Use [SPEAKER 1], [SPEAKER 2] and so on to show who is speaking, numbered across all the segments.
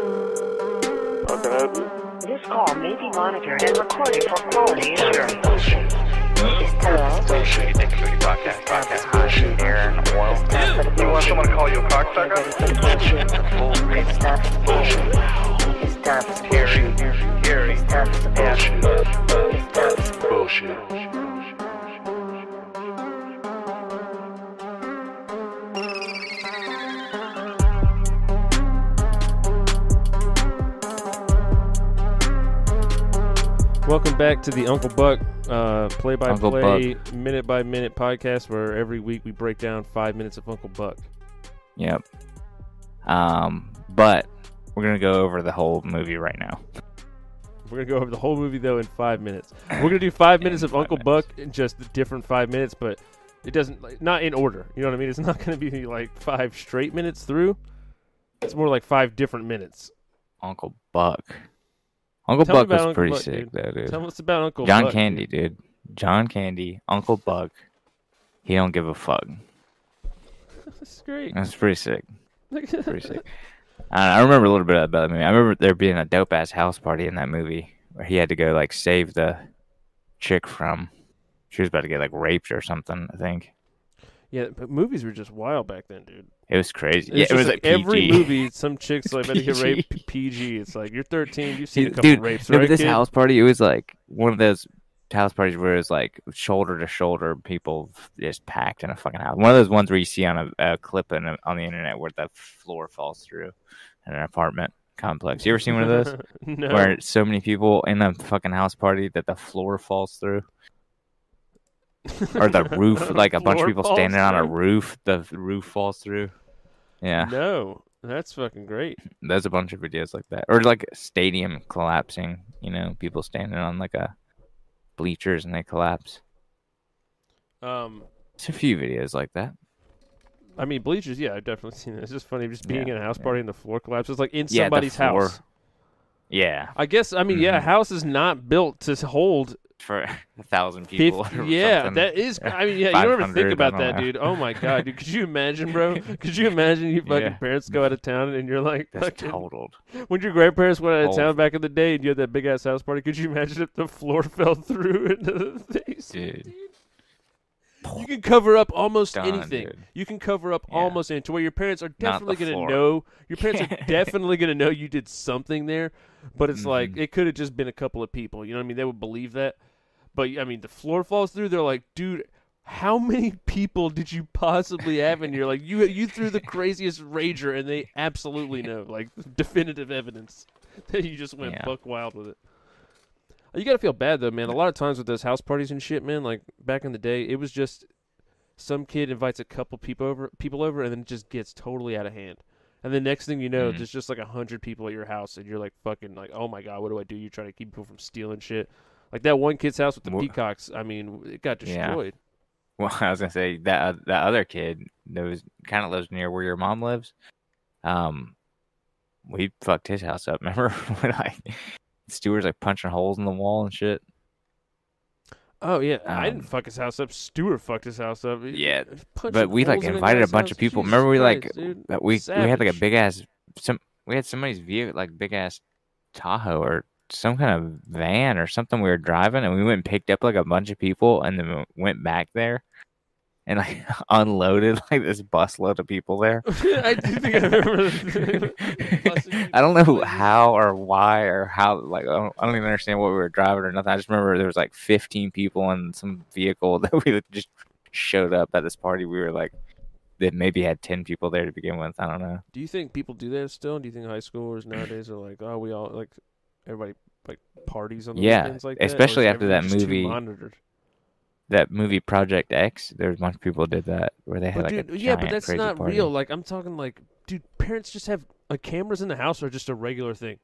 [SPEAKER 1] How can I help you?
[SPEAKER 2] This call may be monitored and recorded for quality assurance.
[SPEAKER 3] Hello?
[SPEAKER 4] Thank you for your podcast. Podcast. Hi, I'm Aaron Oil.
[SPEAKER 3] You want someone to call you a cocksucker?
[SPEAKER 4] Terry. Terry.
[SPEAKER 1] Bullshit.
[SPEAKER 5] Welcome back to the Uncle Buck uh, play by
[SPEAKER 6] Uncle
[SPEAKER 5] play, minute by minute podcast where every week we break down five minutes of Uncle Buck.
[SPEAKER 6] Yep. Um, but we're gonna go over the whole movie right now.
[SPEAKER 5] We're going to go over the whole movie, though, in five minutes. We're going to do five minutes of
[SPEAKER 6] five
[SPEAKER 5] Uncle
[SPEAKER 6] minutes.
[SPEAKER 5] Buck in just the different five minutes, but it doesn't, like, not in order. You know what I mean? It's not going to be like five straight minutes through. It's more like five different minutes.
[SPEAKER 6] Uncle Buck. Uncle
[SPEAKER 5] Tell me
[SPEAKER 6] Buck was
[SPEAKER 5] about Uncle
[SPEAKER 6] pretty
[SPEAKER 5] Buck, dude.
[SPEAKER 6] sick though, dude.
[SPEAKER 5] Tell us about Uncle
[SPEAKER 6] John
[SPEAKER 5] Buck,
[SPEAKER 6] Candy, dude. John Candy, Uncle Buck. He don't give a fuck.
[SPEAKER 5] dude. This is great.
[SPEAKER 6] That's pretty sick. Pretty sick. I, I remember a little bit about that movie. I remember there being a dope ass house party in that movie where he had to go like save the chick from. She was about to get like raped or something. I think
[SPEAKER 5] yeah, but movies were just wild back then, dude.
[SPEAKER 6] it was crazy.
[SPEAKER 5] It's
[SPEAKER 6] yeah, it
[SPEAKER 5] just
[SPEAKER 6] was
[SPEAKER 5] like,
[SPEAKER 6] like
[SPEAKER 5] every
[SPEAKER 6] PG.
[SPEAKER 5] movie, some chicks like better get
[SPEAKER 6] PG.
[SPEAKER 5] raped. P- PG. It's like you're 13, you've seen a
[SPEAKER 6] Dude,
[SPEAKER 5] couple
[SPEAKER 6] dude,
[SPEAKER 5] rapes,
[SPEAKER 6] no, but
[SPEAKER 5] right?
[SPEAKER 6] this
[SPEAKER 5] kid?
[SPEAKER 6] house party, it was like one of those house parties where it's like shoulder to shoulder, people just packed in a fucking house. One of those ones where you see on a, a clip in, on the internet where the floor falls through in an apartment complex. You ever seen one of those
[SPEAKER 5] no,
[SPEAKER 6] where it's so many people in a fucking house party that the floor falls through, or the roof, like a bunch of
[SPEAKER 5] Floor
[SPEAKER 6] people
[SPEAKER 5] falls
[SPEAKER 6] standing on a
[SPEAKER 5] through?
[SPEAKER 6] roof, the roof falls through. Yeah,
[SPEAKER 5] No, that's fucking great.
[SPEAKER 6] there's a bunch of videos like that, or like a stadium collapsing. You know, people standing on like a bleachers and they collapse.
[SPEAKER 5] Um,
[SPEAKER 6] There's a few videos like that.
[SPEAKER 5] I mean bleachers. Yeah, I've definitely seen it. It's just funny, just being
[SPEAKER 6] Yeah,
[SPEAKER 5] in a house
[SPEAKER 6] yeah.
[SPEAKER 5] party and the floor collapses, like in
[SPEAKER 6] Yeah, the
[SPEAKER 5] somebody's
[SPEAKER 6] floor.
[SPEAKER 5] house.
[SPEAKER 6] Yeah,
[SPEAKER 5] I guess. I mean, yeah, a
[SPEAKER 6] Mhm.
[SPEAKER 5] house is not built to hold
[SPEAKER 6] for a thousand people.
[SPEAKER 5] 50,
[SPEAKER 6] or
[SPEAKER 5] yeah,
[SPEAKER 6] something.
[SPEAKER 5] that is. I mean, yeah, you don't ever
[SPEAKER 6] 500,
[SPEAKER 5] think
[SPEAKER 6] I
[SPEAKER 5] about
[SPEAKER 6] don't
[SPEAKER 5] that,
[SPEAKER 6] know.
[SPEAKER 5] dude. Oh my god, dude, could you imagine, bro? Could you imagine your fucking
[SPEAKER 6] Yeah.
[SPEAKER 5] parents go out of town and you're like,
[SPEAKER 6] that's
[SPEAKER 5] fucking-
[SPEAKER 6] totaled.
[SPEAKER 5] when your grandparents went out of
[SPEAKER 6] Oh.
[SPEAKER 5] town back in the day and you had that big ass house party, could you imagine if the floor fell through into the things?
[SPEAKER 6] Dude.
[SPEAKER 5] You can cover up almost
[SPEAKER 6] Done,
[SPEAKER 5] anything.
[SPEAKER 6] dude.
[SPEAKER 5] You can cover up
[SPEAKER 6] Yeah.
[SPEAKER 5] almost anything to where your parents are definitely gonna
[SPEAKER 6] floor.
[SPEAKER 5] know. Your parents are definitely gonna know you did something there, but it's like
[SPEAKER 6] Mhm.
[SPEAKER 5] it could have just been a couple of people. You know what I mean? They would believe that. But I mean, the floor falls through. They're like, dude, how many people did you possibly have in here? Like you, you threw the craziest rager, and they absolutely know, like definitive evidence that you just went
[SPEAKER 6] Yeah.
[SPEAKER 5] buck wild with it. You gotta feel bad though, man. A lot of times with those house parties and shit, man. Like back in the day, it was just some kid invites a couple people over, people over, and then it just gets totally out of hand. And the next thing you know,
[SPEAKER 6] Mhm.
[SPEAKER 5] there's just like a hundred people at your house, and you're like fucking like, oh my god, what do I do? You're trying to keep people from stealing shit. Like that one kid's house with the
[SPEAKER 6] Wha-
[SPEAKER 5] peacocks. I mean, it got
[SPEAKER 6] Yeah.
[SPEAKER 5] destroyed.
[SPEAKER 6] Well, I was gonna say that uh, that other kid that was kind of lives near where your mom lives. Um, we fucked his house up. Remember when I Stewart's like punching holes in the wall and shit.
[SPEAKER 5] Oh yeah, I didn't
[SPEAKER 6] Um,
[SPEAKER 5] fuck his house up. Stuart fucked his house up. He-
[SPEAKER 6] Yeah,
[SPEAKER 5] he punched
[SPEAKER 6] but we like
[SPEAKER 5] holes in a
[SPEAKER 6] invited a
[SPEAKER 5] guy's
[SPEAKER 6] bunch
[SPEAKER 5] house.
[SPEAKER 6] of people.
[SPEAKER 5] Jesus
[SPEAKER 6] Remember we like
[SPEAKER 5] Christ, dude.
[SPEAKER 6] that we we had like a
[SPEAKER 5] Savage.
[SPEAKER 6] big ass some we had somebody's vehicle like big ass Tahoe or some kind of van or something we were driving and we went and picked up like a bunch of people and then went back there and like unloaded like this busload of people there.
[SPEAKER 5] I do think I remember.
[SPEAKER 6] I don't know how or why or how like I don't, I don't even understand what we were driving or nothing. I just remember there was like 15 people in some vehicle that we just showed up at this party. We were like that maybe had 10 people there to begin with. I don't know.
[SPEAKER 5] Do you think people do that still? Do you think high schoolers nowadays are like, oh, we all like everybody like parties on the
[SPEAKER 6] Yeah,
[SPEAKER 5] weekends like that? Or is
[SPEAKER 6] especially after that
[SPEAKER 5] everything just too
[SPEAKER 6] movie
[SPEAKER 5] monitored?
[SPEAKER 6] That movie Project X, there was a bunch of people did that where they had
[SPEAKER 5] But
[SPEAKER 6] like
[SPEAKER 5] dude,
[SPEAKER 6] a
[SPEAKER 5] yeah, but
[SPEAKER 6] giant
[SPEAKER 5] that's
[SPEAKER 6] crazy
[SPEAKER 5] not
[SPEAKER 6] party.
[SPEAKER 5] real. Like I'm talking like, dude, parents just have like cameras in the house are just a regular thing.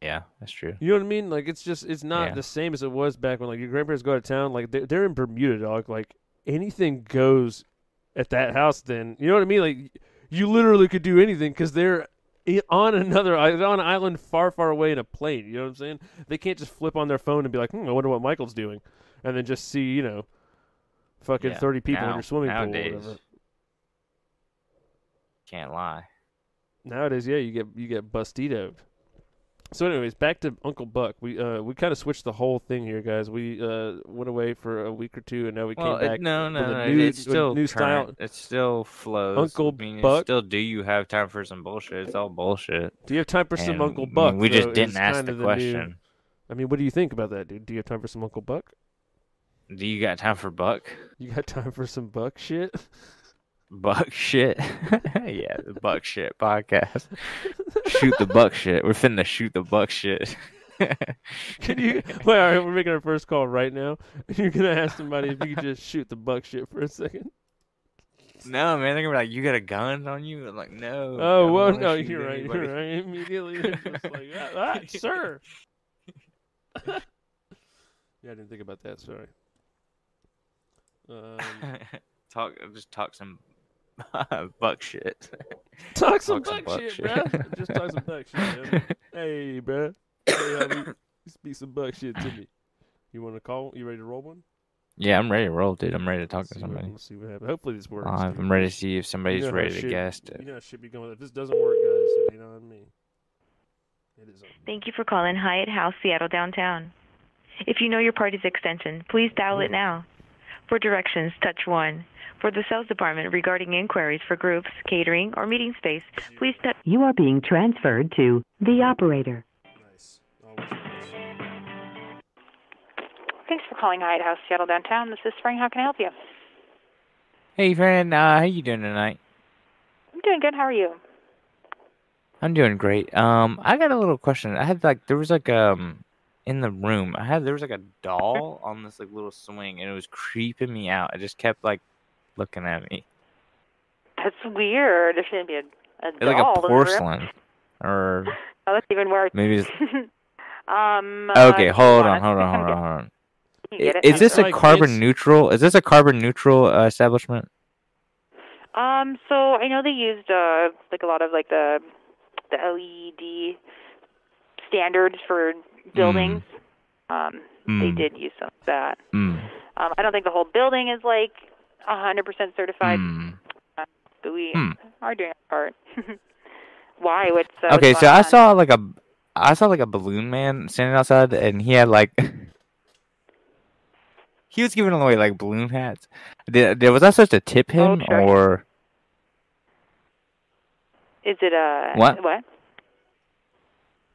[SPEAKER 6] Yeah, that's true.
[SPEAKER 5] You know what I mean? Like it's just it's not
[SPEAKER 6] Yeah.
[SPEAKER 5] the same as it was back when like your grandparents go out of town. Like they're, they're in Bermuda, dog. Like anything goes at that house. Then you know what I mean? Like you literally could do anything because they're i- on another i- on an island far far away in a plane. You know what I'm saying? They can't just flip on their phone and be like, hmm, I wonder what Michael's doing, and then just see you know, fucking
[SPEAKER 6] Yeah.
[SPEAKER 5] thirty people in
[SPEAKER 6] Now-
[SPEAKER 5] your swimming pool. Or
[SPEAKER 6] nowadays,
[SPEAKER 5] whatever.
[SPEAKER 6] Can't lie.
[SPEAKER 5] nowadays, yeah, you get you get bustitoed. So, anyways, back to Uncle Buck. We uh we kind of switched the whole thing here, guys. We uh went away for a week or two, and now we
[SPEAKER 6] Well,
[SPEAKER 5] came
[SPEAKER 6] it-
[SPEAKER 5] back.
[SPEAKER 6] no, no,
[SPEAKER 5] a
[SPEAKER 6] no.
[SPEAKER 5] new-
[SPEAKER 6] it's
[SPEAKER 5] with
[SPEAKER 6] still
[SPEAKER 5] new
[SPEAKER 6] new
[SPEAKER 5] style.
[SPEAKER 6] style. It still flows.
[SPEAKER 5] Uncle
[SPEAKER 6] I mean, it's
[SPEAKER 5] Buck.
[SPEAKER 6] Still, do you have time for some bullshit? It's all bullshit.
[SPEAKER 5] Do you have time for some
[SPEAKER 6] And,
[SPEAKER 5] Uncle
[SPEAKER 6] I mean,
[SPEAKER 5] Buck?
[SPEAKER 6] we
[SPEAKER 5] though,
[SPEAKER 6] just
[SPEAKER 5] is
[SPEAKER 6] didn't ask
[SPEAKER 5] kinda
[SPEAKER 6] the
[SPEAKER 5] new-
[SPEAKER 6] question.
[SPEAKER 5] I mean, what do you think about that, dude? Do you have time for some Uncle Buck?
[SPEAKER 6] Do you got time for Buck?
[SPEAKER 5] You got time for some Buck shit?
[SPEAKER 6] Buck shit. yeah, the Buck shit podcast. shoot the Buck shit. We're finna shoot the Buck shit.
[SPEAKER 5] Can you? Wait, all right, we're making our first call right now. You're gonna ask somebody if you could just shoot the Buck shit for a second.
[SPEAKER 6] No, man, they're gonna be like, "You got a gun on you?" I'm like, no.
[SPEAKER 5] Oh
[SPEAKER 6] I don't
[SPEAKER 5] well,
[SPEAKER 6] wanna
[SPEAKER 5] no,
[SPEAKER 6] shoot
[SPEAKER 5] you're right.
[SPEAKER 6] anybody."
[SPEAKER 5] You're right. Immediately, they're just like, ah, ah, sir. yeah, I didn't think about that. Sorry. Um,
[SPEAKER 6] talk, just talk some Buck shit.
[SPEAKER 5] talk some
[SPEAKER 6] Talk some
[SPEAKER 5] buck,
[SPEAKER 6] buck
[SPEAKER 5] shit,
[SPEAKER 6] shit.
[SPEAKER 5] bruh. Just talk some buck shit. Yo. Hey, bruh. Hey, homie, speak some buck shit to me. You want to call? You ready to roll one?
[SPEAKER 6] Yeah, I'm ready to roll, dude. I'm ready to talk
[SPEAKER 5] Let's
[SPEAKER 6] to
[SPEAKER 5] see what-
[SPEAKER 6] somebody.
[SPEAKER 5] let's see what happens. Hopefully this works.
[SPEAKER 6] Live.
[SPEAKER 5] dude.
[SPEAKER 6] Uh, I'm ready to see if somebody's
[SPEAKER 5] know how
[SPEAKER 6] ready to
[SPEAKER 5] shit-
[SPEAKER 6] guess
[SPEAKER 5] You
[SPEAKER 6] it.
[SPEAKER 5] know, it should be going. If this doesn't work, guys, so you know what I mean. It is. on.
[SPEAKER 7] Thank you for calling Hyatt House Seattle Downtown. If you know your party's extension, please dial it now. For directions, touch 1. For the sales department regarding inquiries for groups, catering, or meeting space, please touch
[SPEAKER 2] You are being transferred to the operator.
[SPEAKER 5] Nice. Always nice.
[SPEAKER 8] Thanks for calling Hyatt House Seattle Downtown. This is Spring. How can I help you?
[SPEAKER 6] Hey, friend. Uh, how you doing tonight?
[SPEAKER 8] I'm doing good. How are you?
[SPEAKER 6] I'm doing great. Um, I got a little question. I had like there was like um in the room. I had there was like a doll on this like little swing, and it was creeping me out. It just kept like looking at me.
[SPEAKER 8] That's weird. There shouldn't be a, a
[SPEAKER 6] It's like
[SPEAKER 8] doll.
[SPEAKER 6] a
[SPEAKER 8] in the room.
[SPEAKER 6] porcelain, or
[SPEAKER 8] Oh, that's even worse.
[SPEAKER 6] maybe. It's...
[SPEAKER 8] um. uh,
[SPEAKER 6] Okay, hold on, hold on, hold on, hold on.
[SPEAKER 8] You
[SPEAKER 6] I-
[SPEAKER 8] get it?
[SPEAKER 6] Is this
[SPEAKER 5] Like,
[SPEAKER 6] a
[SPEAKER 5] it's-
[SPEAKER 6] carbon neutral? Is this a carbon neutral uh, establishment?
[SPEAKER 8] Um. So I know they used uh like a lot of like the the LED standards for buildings.
[SPEAKER 6] Hmm.
[SPEAKER 8] Um. They
[SPEAKER 6] Mm.
[SPEAKER 8] did use some of that.
[SPEAKER 6] Mm,
[SPEAKER 8] Um. I don't think the whole building is like a 100% certified,
[SPEAKER 6] mm.
[SPEAKER 8] but we
[SPEAKER 6] Hmm.
[SPEAKER 8] are doing our part. Why? What's uh,
[SPEAKER 6] Okay,
[SPEAKER 8] what's
[SPEAKER 6] so
[SPEAKER 8] going
[SPEAKER 6] I
[SPEAKER 8] on?
[SPEAKER 6] saw like a, I saw like a balloon man standing outside, and he had like, he was giving away like balloon hats. Did, did was I supposed to tip him
[SPEAKER 8] sure.
[SPEAKER 6] or
[SPEAKER 8] Is it a
[SPEAKER 6] What?
[SPEAKER 8] What?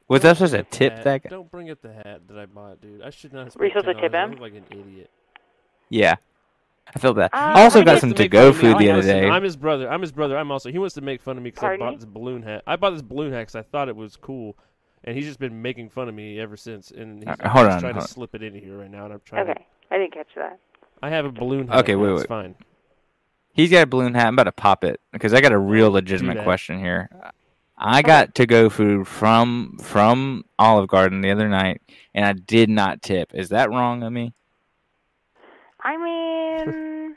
[SPEAKER 6] was I supposed to
[SPEAKER 5] Don't bring up
[SPEAKER 6] tip
[SPEAKER 5] the
[SPEAKER 6] that
[SPEAKER 5] hat.
[SPEAKER 6] guy?
[SPEAKER 5] Don't bring up the hat that I bought, dude. I should not. have
[SPEAKER 8] Were you
[SPEAKER 5] spent
[SPEAKER 8] supposed to
[SPEAKER 5] $10.
[SPEAKER 8] tip
[SPEAKER 5] I
[SPEAKER 8] him?
[SPEAKER 5] look like an idiot.
[SPEAKER 6] Yeah, I felt bad.
[SPEAKER 8] Uh,
[SPEAKER 6] I also
[SPEAKER 8] I
[SPEAKER 6] got
[SPEAKER 8] guess-
[SPEAKER 6] some
[SPEAKER 5] He wants
[SPEAKER 6] to
[SPEAKER 5] make fun
[SPEAKER 6] go
[SPEAKER 5] of me.
[SPEAKER 6] food the
[SPEAKER 5] I'm-
[SPEAKER 6] other
[SPEAKER 5] listen,
[SPEAKER 6] day.
[SPEAKER 5] I'm his brother. I'm his brother. I'm also. He wants to make fun of me because I
[SPEAKER 8] Pardon
[SPEAKER 5] bought
[SPEAKER 8] me?
[SPEAKER 5] this balloon hat. I bought this balloon hat because I thought it was cool, and he's just been making fun of me ever since. And he's,
[SPEAKER 6] Uh,
[SPEAKER 5] I'm
[SPEAKER 6] hold
[SPEAKER 5] just
[SPEAKER 6] on,
[SPEAKER 5] trying
[SPEAKER 6] hold
[SPEAKER 5] to slip it in here right now, and I'm trying. To,
[SPEAKER 8] Okay, I didn't catch that.
[SPEAKER 5] I have a balloon hat.
[SPEAKER 6] Okay,
[SPEAKER 5] and
[SPEAKER 6] wait,
[SPEAKER 5] it's
[SPEAKER 6] wait.
[SPEAKER 5] Fine.
[SPEAKER 6] He's got a balloon hat. I'm about to pop it because I got a real
[SPEAKER 5] that.
[SPEAKER 6] legitimate question here. I got to go food from from Olive Garden the other night, and I did not tip. Is that wrong of me?
[SPEAKER 8] I mean,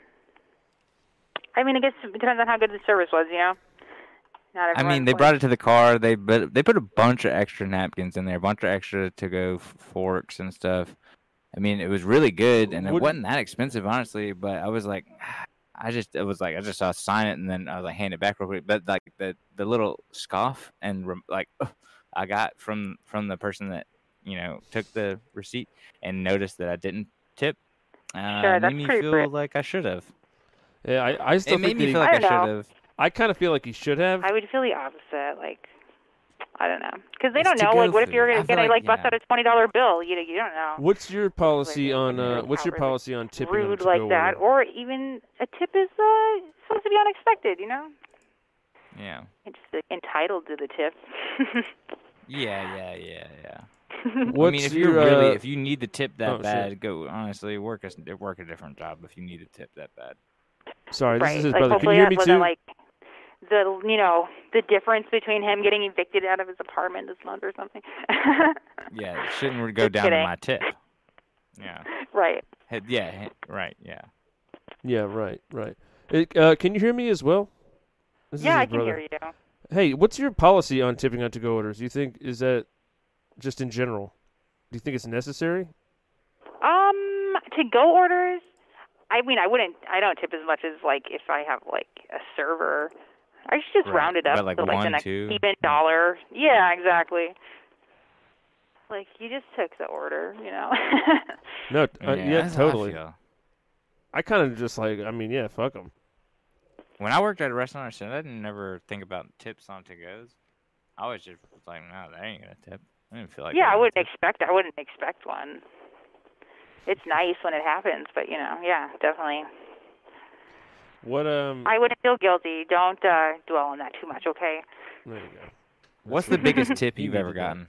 [SPEAKER 8] I mean, I guess it depends on how good the service was, you know. Not
[SPEAKER 6] I
[SPEAKER 8] everyone
[SPEAKER 6] mean, they
[SPEAKER 8] was-
[SPEAKER 6] brought it to the car. They but they put a bunch of extra napkins in there, a bunch of extra to go forks and stuff. I mean, it was really good, and it
[SPEAKER 5] Wouldn't-
[SPEAKER 6] wasn't that expensive, honestly. But I was like, I just it was like I just saw sign it, and then I was like, hand it back real quick. But like the the little scoff and rem- like I got from from the person that you know took the receipt and noticed that I didn't tip. Uh,
[SPEAKER 8] Sure,
[SPEAKER 6] made
[SPEAKER 8] that's
[SPEAKER 6] me
[SPEAKER 8] pretty
[SPEAKER 6] feel
[SPEAKER 8] rude.
[SPEAKER 6] like I should have.
[SPEAKER 5] Yeah, I, I still
[SPEAKER 6] It made
[SPEAKER 5] think that
[SPEAKER 6] me
[SPEAKER 5] he-
[SPEAKER 6] feel like I,
[SPEAKER 8] I don't know.
[SPEAKER 6] should have.
[SPEAKER 5] I kind of feel like he should have.
[SPEAKER 8] I would feel the opposite, like I don't know, because they
[SPEAKER 6] It's
[SPEAKER 8] don't know.
[SPEAKER 6] to-go
[SPEAKER 8] Like, what if you were
[SPEAKER 6] food.
[SPEAKER 8] gonna
[SPEAKER 6] I feel
[SPEAKER 8] gonna
[SPEAKER 6] like-
[SPEAKER 8] like bust
[SPEAKER 6] yeah.
[SPEAKER 8] out a twenty dollar bill? You know, you don't know.
[SPEAKER 5] What's your policy on? Uh,
[SPEAKER 8] really
[SPEAKER 5] what's your
[SPEAKER 8] outwardly
[SPEAKER 5] policy on tipping? on
[SPEAKER 8] Rude
[SPEAKER 5] to
[SPEAKER 8] like
[SPEAKER 5] go
[SPEAKER 8] that,
[SPEAKER 5] order?
[SPEAKER 8] or even a tip is uh supposed to be unexpected, you know.
[SPEAKER 6] Yeah.
[SPEAKER 8] It's uh, entitled to the tip.
[SPEAKER 6] Yeah. Yeah. Yeah. Yeah.
[SPEAKER 5] What's
[SPEAKER 6] I mean, if you're
[SPEAKER 5] your,
[SPEAKER 6] really,
[SPEAKER 5] uh,
[SPEAKER 6] if you need the tip
[SPEAKER 5] oh,
[SPEAKER 6] that
[SPEAKER 5] shit.
[SPEAKER 6] bad, go honestly work a s- work a different job if you need a tip that bad.
[SPEAKER 5] sorry, this
[SPEAKER 8] right.
[SPEAKER 5] is his
[SPEAKER 8] like,
[SPEAKER 5] brother. Can you
[SPEAKER 8] hopefully
[SPEAKER 5] hear
[SPEAKER 8] that
[SPEAKER 5] me
[SPEAKER 8] wasn't
[SPEAKER 5] too?
[SPEAKER 8] like the you know the difference between him getting evicted out of his apartment this month or something.
[SPEAKER 6] Yeah, it shouldn't re- go
[SPEAKER 8] Just
[SPEAKER 6] down
[SPEAKER 8] kidding.
[SPEAKER 6] to my tip. Yeah,
[SPEAKER 8] right.
[SPEAKER 6] Head- yeah, he- right, yeah.
[SPEAKER 5] yeah, right, right. It, uh, can you hear me as well? This is his
[SPEAKER 8] yeah, I can
[SPEAKER 5] brother.
[SPEAKER 8] hear you.
[SPEAKER 5] Hey, what's your policy on tipping on to-go orders? Do you think is that just in general? Do you think it's necessary?
[SPEAKER 8] Um, to go orders. I mean, I wouldn't. I don't tip as much as like if I have like a server I should just
[SPEAKER 6] Right.
[SPEAKER 8] round it up
[SPEAKER 6] About, like,
[SPEAKER 8] to like
[SPEAKER 6] one,
[SPEAKER 8] the next
[SPEAKER 6] two?
[SPEAKER 8] even dollar. Yeah, exactly. Like you just took the order, you know.
[SPEAKER 5] No, uh, yeah,
[SPEAKER 6] that's how I
[SPEAKER 5] totally.
[SPEAKER 6] feel.
[SPEAKER 5] I, kind of just like, I mean, yeah, fuck them.
[SPEAKER 6] When I worked at a restaurant, I said I didn't never think about tips on to goes. I always just was like, no, they ain't gonna tip. I didn't feel like.
[SPEAKER 8] yeah, I
[SPEAKER 6] giving a
[SPEAKER 8] wouldn't
[SPEAKER 6] tip.
[SPEAKER 8] expect. I wouldn't expect one. It's nice when it happens, but you know, yeah, definitely.
[SPEAKER 6] Mm.
[SPEAKER 5] What, um,
[SPEAKER 8] I wouldn't feel guilty. Don't uh, dwell on that too much, okay?
[SPEAKER 5] there you go.
[SPEAKER 6] What's the biggest tip
[SPEAKER 5] You
[SPEAKER 6] you've
[SPEAKER 5] need
[SPEAKER 6] ever
[SPEAKER 5] to do it.
[SPEAKER 6] gotten?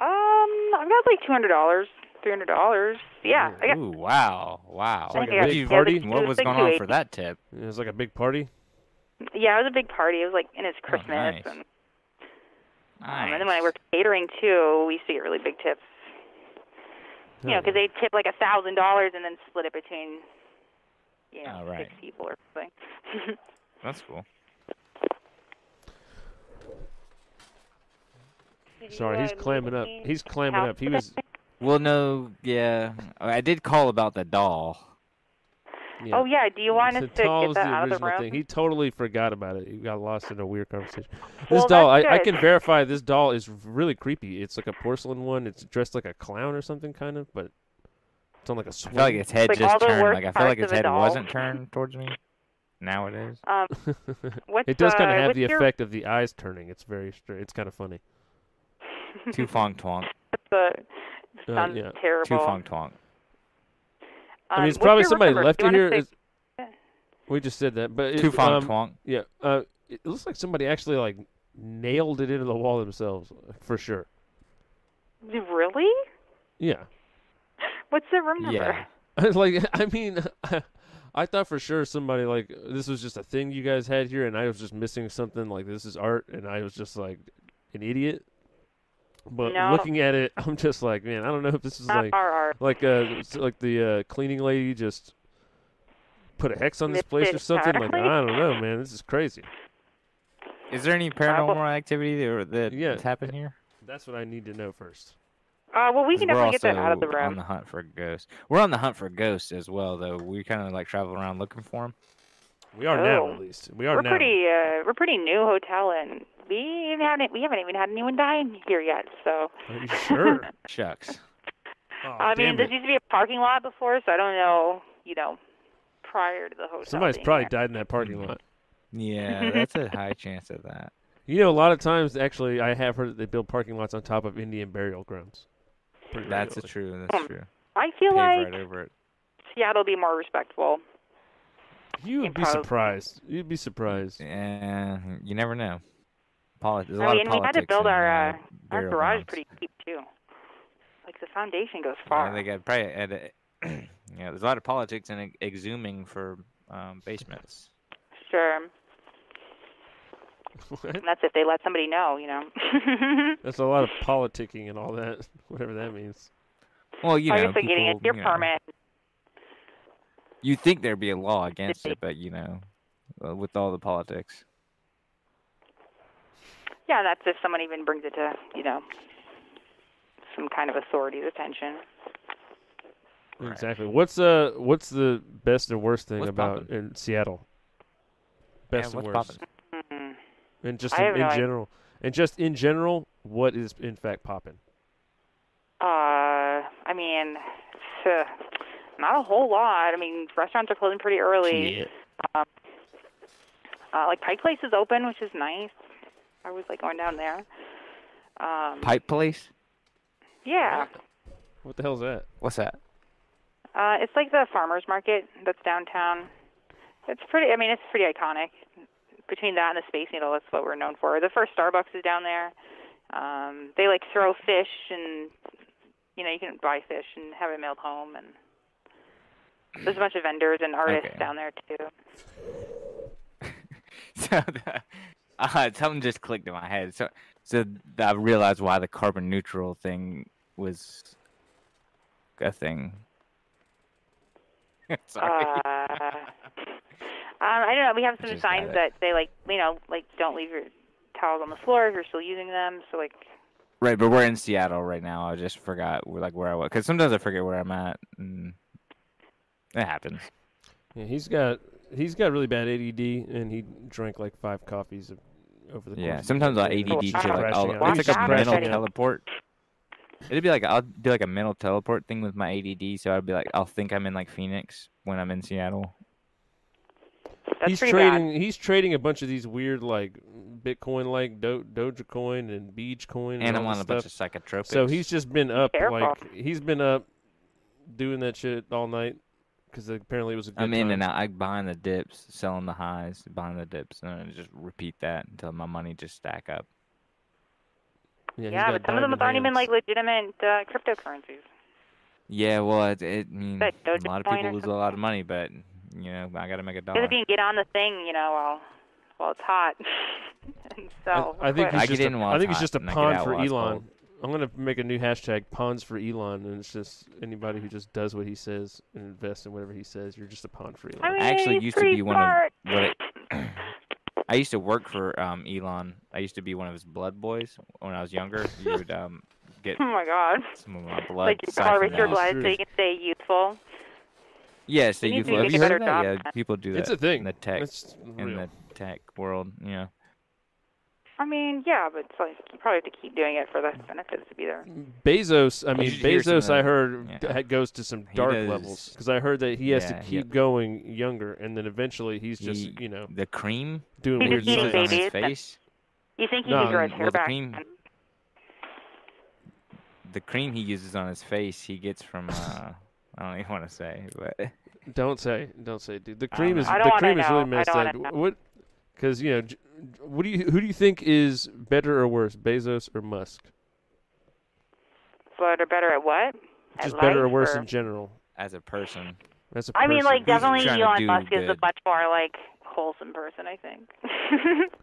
[SPEAKER 8] Um, I've got like two hundred dollars, three hundred dollars. Yeah, I got.
[SPEAKER 6] Ooh, wow, wow.
[SPEAKER 8] I
[SPEAKER 5] like
[SPEAKER 8] think
[SPEAKER 5] a
[SPEAKER 8] I got-
[SPEAKER 5] big
[SPEAKER 8] yeah, it
[SPEAKER 5] party?
[SPEAKER 8] was- it
[SPEAKER 6] What was
[SPEAKER 8] like
[SPEAKER 6] going on
[SPEAKER 8] 280.
[SPEAKER 6] for that tip?
[SPEAKER 5] It was like a big party.
[SPEAKER 8] Yeah, it was a big party. It was like and it's
[SPEAKER 6] Oh,
[SPEAKER 8] Christmas
[SPEAKER 6] nice.
[SPEAKER 8] and Um,
[SPEAKER 6] Nice.
[SPEAKER 8] and then when I worked catering too, we used to get really big tips. You know,
[SPEAKER 5] Hell
[SPEAKER 8] because they tip like a thousand dollars and then split it between, you know,
[SPEAKER 6] Oh, right.
[SPEAKER 8] six people or something.
[SPEAKER 6] that's cool.
[SPEAKER 5] Sorry,
[SPEAKER 8] uh,
[SPEAKER 5] he's clamming up. He's clamming up. He was.
[SPEAKER 6] Well, no, yeah, I did call about the doll.
[SPEAKER 5] Yeah.
[SPEAKER 8] Oh yeah, do you want us
[SPEAKER 5] So
[SPEAKER 8] to get
[SPEAKER 5] Tom's
[SPEAKER 8] that
[SPEAKER 5] the
[SPEAKER 8] out of the
[SPEAKER 5] original
[SPEAKER 8] room?
[SPEAKER 5] Thing. He totally forgot about it. He got lost in a weird conversation. This
[SPEAKER 8] Well,
[SPEAKER 5] doll, I,
[SPEAKER 8] that's
[SPEAKER 5] I
[SPEAKER 8] good.
[SPEAKER 5] can verify this doll is really creepy. It's like a porcelain one. It's dressed like a clown or something, kind of, but it's on like a
[SPEAKER 6] I
[SPEAKER 5] swing.
[SPEAKER 6] feel like its head
[SPEAKER 8] Like, all
[SPEAKER 6] just
[SPEAKER 8] the
[SPEAKER 6] turned.
[SPEAKER 8] worst
[SPEAKER 6] Like I feel like
[SPEAKER 8] parts of
[SPEAKER 6] its
[SPEAKER 8] a
[SPEAKER 6] head
[SPEAKER 8] doll.
[SPEAKER 6] wasn't turned towards me. Now it is.
[SPEAKER 8] Um, what's,
[SPEAKER 5] it does kind
[SPEAKER 8] uh,
[SPEAKER 5] of have
[SPEAKER 8] what's
[SPEAKER 5] the
[SPEAKER 8] your,
[SPEAKER 5] effect of the eyes turning. It's very str- It's kind of funny.
[SPEAKER 6] Two fong twonk.
[SPEAKER 8] The,
[SPEAKER 5] Uh,
[SPEAKER 8] sounds
[SPEAKER 5] yeah.
[SPEAKER 8] terrible.
[SPEAKER 6] Two fong twonk.
[SPEAKER 5] I
[SPEAKER 8] Um,
[SPEAKER 5] mean, it's
[SPEAKER 8] what's
[SPEAKER 5] probably
[SPEAKER 8] your
[SPEAKER 5] somebody
[SPEAKER 8] room number?
[SPEAKER 5] left
[SPEAKER 8] Do you
[SPEAKER 5] in here.
[SPEAKER 8] wanna say-
[SPEAKER 5] It's- We just said that, but it,
[SPEAKER 6] Two fong
[SPEAKER 5] um,
[SPEAKER 6] twonk.
[SPEAKER 5] Yeah, uh, it looks like somebody actually like nailed it into the wall themselves for sure.
[SPEAKER 8] Really?
[SPEAKER 5] Yeah.
[SPEAKER 8] What's the room number?
[SPEAKER 6] Yeah.
[SPEAKER 5] I was like, I mean, I thought for sure somebody like this was just a thing you guys had here, and I was just missing something. Like this is art, and I was just like an idiot. But
[SPEAKER 8] No.
[SPEAKER 5] looking at it, I'm just like, man, I don't know if this is
[SPEAKER 8] Not
[SPEAKER 5] like
[SPEAKER 8] our art.
[SPEAKER 5] like uh s- like the uh, cleaning lady just put a hex on this
[SPEAKER 8] Missed
[SPEAKER 5] place
[SPEAKER 8] it
[SPEAKER 5] or something. Like
[SPEAKER 8] entirely.
[SPEAKER 5] I don't know, man, this is crazy.
[SPEAKER 6] Is there any paranormal activity that that
[SPEAKER 5] Yeah.
[SPEAKER 6] has happened here?
[SPEAKER 5] That's what I need to know first.
[SPEAKER 8] Uh, well, we can
[SPEAKER 6] 'Cause
[SPEAKER 8] definitely get that out of the
[SPEAKER 6] also On
[SPEAKER 8] room.
[SPEAKER 6] the hunt for ghosts. We're on the hunt for ghosts as well, though. We kind of like travel around looking for them.
[SPEAKER 5] We are now,
[SPEAKER 8] Oh.
[SPEAKER 5] at least. We are
[SPEAKER 8] we're
[SPEAKER 5] now.
[SPEAKER 8] pretty uh, we're pretty new hotel and we even haven't we haven't even had anyone die in here yet so
[SPEAKER 5] Are you sure?
[SPEAKER 6] Shucks.
[SPEAKER 5] Oh,
[SPEAKER 8] i mean
[SPEAKER 5] damn
[SPEAKER 8] this
[SPEAKER 5] it.
[SPEAKER 8] used to be a parking lot before so i don't know you know prior to the hotel
[SPEAKER 5] somebody's
[SPEAKER 8] being
[SPEAKER 5] probably
[SPEAKER 8] there.
[SPEAKER 5] died in that parking lot.
[SPEAKER 6] Yeah, that's a high chance of that.
[SPEAKER 5] You know, a lot of times, actually, I have heard that they build parking lots on top of Indian burial grounds. Pretty
[SPEAKER 6] That's a
[SPEAKER 5] regularly.
[SPEAKER 6] true. That's true.
[SPEAKER 8] i
[SPEAKER 6] Pave
[SPEAKER 8] feel Um, like
[SPEAKER 6] right over it.
[SPEAKER 8] seattle be more respectful
[SPEAKER 5] You would be
[SPEAKER 8] Probably.
[SPEAKER 5] surprised. You'd be surprised.
[SPEAKER 6] Yeah, you never know. Poli- there's a
[SPEAKER 8] I
[SPEAKER 6] lot
[SPEAKER 8] mean,
[SPEAKER 6] of
[SPEAKER 8] we had to
[SPEAKER 6] politics
[SPEAKER 8] build
[SPEAKER 6] in,
[SPEAKER 8] our,
[SPEAKER 6] uh,
[SPEAKER 8] uh, our
[SPEAKER 6] burial
[SPEAKER 8] garage
[SPEAKER 6] grounds.
[SPEAKER 8] pretty deep too like the foundation goes
[SPEAKER 6] Yeah,
[SPEAKER 8] far
[SPEAKER 6] they got probably had a- yeah, there's a lot of politics and ex- exhuming for um, basements.
[SPEAKER 8] sure
[SPEAKER 5] What?
[SPEAKER 8] and that's if they let somebody know you know
[SPEAKER 5] That's a lot of politicking and all that, whatever that means.
[SPEAKER 6] Well, you know,
[SPEAKER 8] obviously getting
[SPEAKER 6] people,
[SPEAKER 8] a your
[SPEAKER 6] you know,
[SPEAKER 8] permit
[SPEAKER 6] You think there'd be a law against it, but you know, uh, with all the politics.
[SPEAKER 8] Yeah, that's if someone even brings it to, you know, some kind of authority's attention.
[SPEAKER 6] Right.
[SPEAKER 5] Exactly. What's uh, what's the best and worst thing
[SPEAKER 6] What's
[SPEAKER 5] about
[SPEAKER 6] poppin'?
[SPEAKER 5] in Seattle?
[SPEAKER 6] Yeah,
[SPEAKER 5] Best
[SPEAKER 6] what's
[SPEAKER 5] and worst,
[SPEAKER 6] poppin'?
[SPEAKER 8] Mm.
[SPEAKER 5] and just
[SPEAKER 8] I
[SPEAKER 5] in,
[SPEAKER 8] have no
[SPEAKER 5] in
[SPEAKER 8] idea.
[SPEAKER 5] general, and just in general, what is in fact popping?
[SPEAKER 8] Uh, I mean, it's, uh, not a whole lot. I mean, restaurants are closing pretty early. Uh, like Pike Place is open, which is nice. I was like going down there. Um,
[SPEAKER 6] Pipe Place?
[SPEAKER 8] yeah,
[SPEAKER 5] What the hell's that?
[SPEAKER 6] What's that?
[SPEAKER 8] uh, it's like the farmers market that's downtown. It's pretty. I mean, it's pretty iconic. Between that and the Space Needle, that's what we're known for. The first Starbucks is down there. Um, they like throw fish, and you know you can buy fish and have it mailed home. And there's a bunch of vendors and artists
[SPEAKER 6] Okay.
[SPEAKER 8] down there too.
[SPEAKER 6] So the, uh, something just clicked in my head. So, so th- I realized why the carbon neutral thing was a thing. Sorry.
[SPEAKER 8] Uh, um, I don't know. We have some
[SPEAKER 6] just got
[SPEAKER 8] signs
[SPEAKER 6] it.
[SPEAKER 8] that say like you know like don't leave your towels on the floor if you're still using them. So like
[SPEAKER 6] Right, but we're in Seattle right now. I just forgot where- like where I was because sometimes I forget where I'm at, and it happens.
[SPEAKER 5] Yeah, he's got he's got really bad ADD, and he drank like five coffees of, over the course.
[SPEAKER 6] Yeah,
[SPEAKER 5] of-
[SPEAKER 6] sometimes I'll ADD
[SPEAKER 5] Oh,
[SPEAKER 6] to
[SPEAKER 5] I'm
[SPEAKER 6] like, I'll,
[SPEAKER 5] crashing out.
[SPEAKER 6] it's like a
[SPEAKER 5] I'm
[SPEAKER 6] mental
[SPEAKER 5] crashing out.
[SPEAKER 6] teleport. It'd be like I'll do like a mental teleport thing with my ADD, so I'd be like, I'll think I'm in like Phoenix when I'm in Seattle.
[SPEAKER 8] That's
[SPEAKER 5] he's
[SPEAKER 8] pretty
[SPEAKER 5] trading. He's trading a bunch of these weird like Bitcoin, like Do- Doja Coin and Beach Coin, and,
[SPEAKER 6] And I'm
[SPEAKER 5] all
[SPEAKER 6] on
[SPEAKER 5] this
[SPEAKER 6] a bunch
[SPEAKER 5] stuff.
[SPEAKER 6] of psychotropics.
[SPEAKER 5] So he's just been up,
[SPEAKER 8] Careful.
[SPEAKER 5] like he's been up doing that shit all night because apparently it was a good.
[SPEAKER 6] I'm in
[SPEAKER 5] time.
[SPEAKER 6] and out. I buying the dips, selling the highs, buying the dips, and I just repeat that until my money just stack up.
[SPEAKER 5] Yeah,
[SPEAKER 8] bad.
[SPEAKER 5] he's
[SPEAKER 8] Yeah,
[SPEAKER 5] got
[SPEAKER 8] but some of them
[SPEAKER 5] diamond
[SPEAKER 8] aren't even
[SPEAKER 5] hands.
[SPEAKER 8] like legitimate uh, cryptocurrencies.
[SPEAKER 6] Yeah, well, it, it I mean
[SPEAKER 8] But
[SPEAKER 6] a
[SPEAKER 8] Dogecoin
[SPEAKER 6] lot of
[SPEAKER 8] or
[SPEAKER 6] people lose a lot of money, but you know I gotta make a
[SPEAKER 8] Because
[SPEAKER 6] dollar.
[SPEAKER 8] if you can get on the thing, you know, while while it's hot and sell.
[SPEAKER 5] I, I think
[SPEAKER 8] quick.
[SPEAKER 5] he's
[SPEAKER 6] I get
[SPEAKER 5] just a-
[SPEAKER 6] in while
[SPEAKER 5] I
[SPEAKER 6] it's
[SPEAKER 5] think it's
[SPEAKER 6] hot
[SPEAKER 5] just a
[SPEAKER 6] and I get
[SPEAKER 5] pawn
[SPEAKER 6] out
[SPEAKER 5] for
[SPEAKER 6] while it's
[SPEAKER 5] Elon.
[SPEAKER 6] cold.
[SPEAKER 5] I'm gonna make a new hashtag pawns for Elon, and it's just anybody who just does what he says and invests in whatever he says. You're just a pawn for Elon.
[SPEAKER 8] I mean,
[SPEAKER 6] actually
[SPEAKER 8] he's
[SPEAKER 6] used to
[SPEAKER 8] pretty
[SPEAKER 6] be one of-
[SPEAKER 8] smart.
[SPEAKER 6] what it- I used to work for um, Elon. I used to be one of his blood boys when I was younger. You would um, get
[SPEAKER 8] Oh my god.
[SPEAKER 6] some of my blood.
[SPEAKER 8] Like you
[SPEAKER 6] siphoned
[SPEAKER 8] harvest your
[SPEAKER 6] out.
[SPEAKER 8] blood so
[SPEAKER 5] Screws.
[SPEAKER 8] you can stay youthful.
[SPEAKER 6] Yeah, so
[SPEAKER 8] You
[SPEAKER 6] you
[SPEAKER 8] need to
[SPEAKER 6] have
[SPEAKER 8] get
[SPEAKER 6] you
[SPEAKER 8] a
[SPEAKER 6] heard of
[SPEAKER 8] better
[SPEAKER 6] that?
[SPEAKER 8] job.
[SPEAKER 6] Yeah, people do that.
[SPEAKER 5] it's a thing.
[SPEAKER 6] in the tech
[SPEAKER 5] It's
[SPEAKER 6] in
[SPEAKER 5] real.
[SPEAKER 6] the tech world. Yeah,
[SPEAKER 8] I mean, yeah, but it's like you probably have to keep doing it for the benefits to be there.
[SPEAKER 5] Bezos, I mean,
[SPEAKER 6] should hear some of
[SPEAKER 5] Bezos, I
[SPEAKER 6] that.
[SPEAKER 5] heard
[SPEAKER 6] Yeah.
[SPEAKER 5] g- ha- goes to some
[SPEAKER 6] He
[SPEAKER 5] dark
[SPEAKER 6] does.
[SPEAKER 5] levels because I heard that he has
[SPEAKER 6] Yeah,
[SPEAKER 5] to
[SPEAKER 6] he-
[SPEAKER 5] keep going younger, and then eventually he's just
[SPEAKER 6] He-
[SPEAKER 5] you know
[SPEAKER 6] the cream
[SPEAKER 5] doing
[SPEAKER 8] He
[SPEAKER 5] weird
[SPEAKER 8] just
[SPEAKER 6] he
[SPEAKER 8] eating
[SPEAKER 5] stuff.
[SPEAKER 6] put on his
[SPEAKER 8] babies, but-
[SPEAKER 6] face.
[SPEAKER 8] You think he
[SPEAKER 5] No,
[SPEAKER 8] could grow his
[SPEAKER 6] well,
[SPEAKER 8] hair
[SPEAKER 6] the
[SPEAKER 8] back?
[SPEAKER 6] cream-
[SPEAKER 8] and-
[SPEAKER 6] The cream he uses on his face, he gets from. Uh, I don't even want to say, but
[SPEAKER 5] Don't say, don't say, dude. The
[SPEAKER 6] I
[SPEAKER 5] cream
[SPEAKER 6] don't
[SPEAKER 5] is
[SPEAKER 8] know. I
[SPEAKER 5] the
[SPEAKER 8] don't
[SPEAKER 5] cream
[SPEAKER 8] wanna
[SPEAKER 5] is really
[SPEAKER 8] know. I
[SPEAKER 5] messed
[SPEAKER 8] don't
[SPEAKER 5] up.
[SPEAKER 8] wanna know.
[SPEAKER 5] What? Because you know, j- what do you who do you think is better or worse, Bezos or Musk?
[SPEAKER 8] But are better at what? At
[SPEAKER 5] Just better or
[SPEAKER 8] life,
[SPEAKER 5] worse in general.
[SPEAKER 6] as a person,
[SPEAKER 5] That's a
[SPEAKER 8] I mean,
[SPEAKER 5] person.
[SPEAKER 8] like definitely
[SPEAKER 6] trying to do
[SPEAKER 8] Elon Musk is a
[SPEAKER 6] good.
[SPEAKER 8] much more like wholesome person, I think.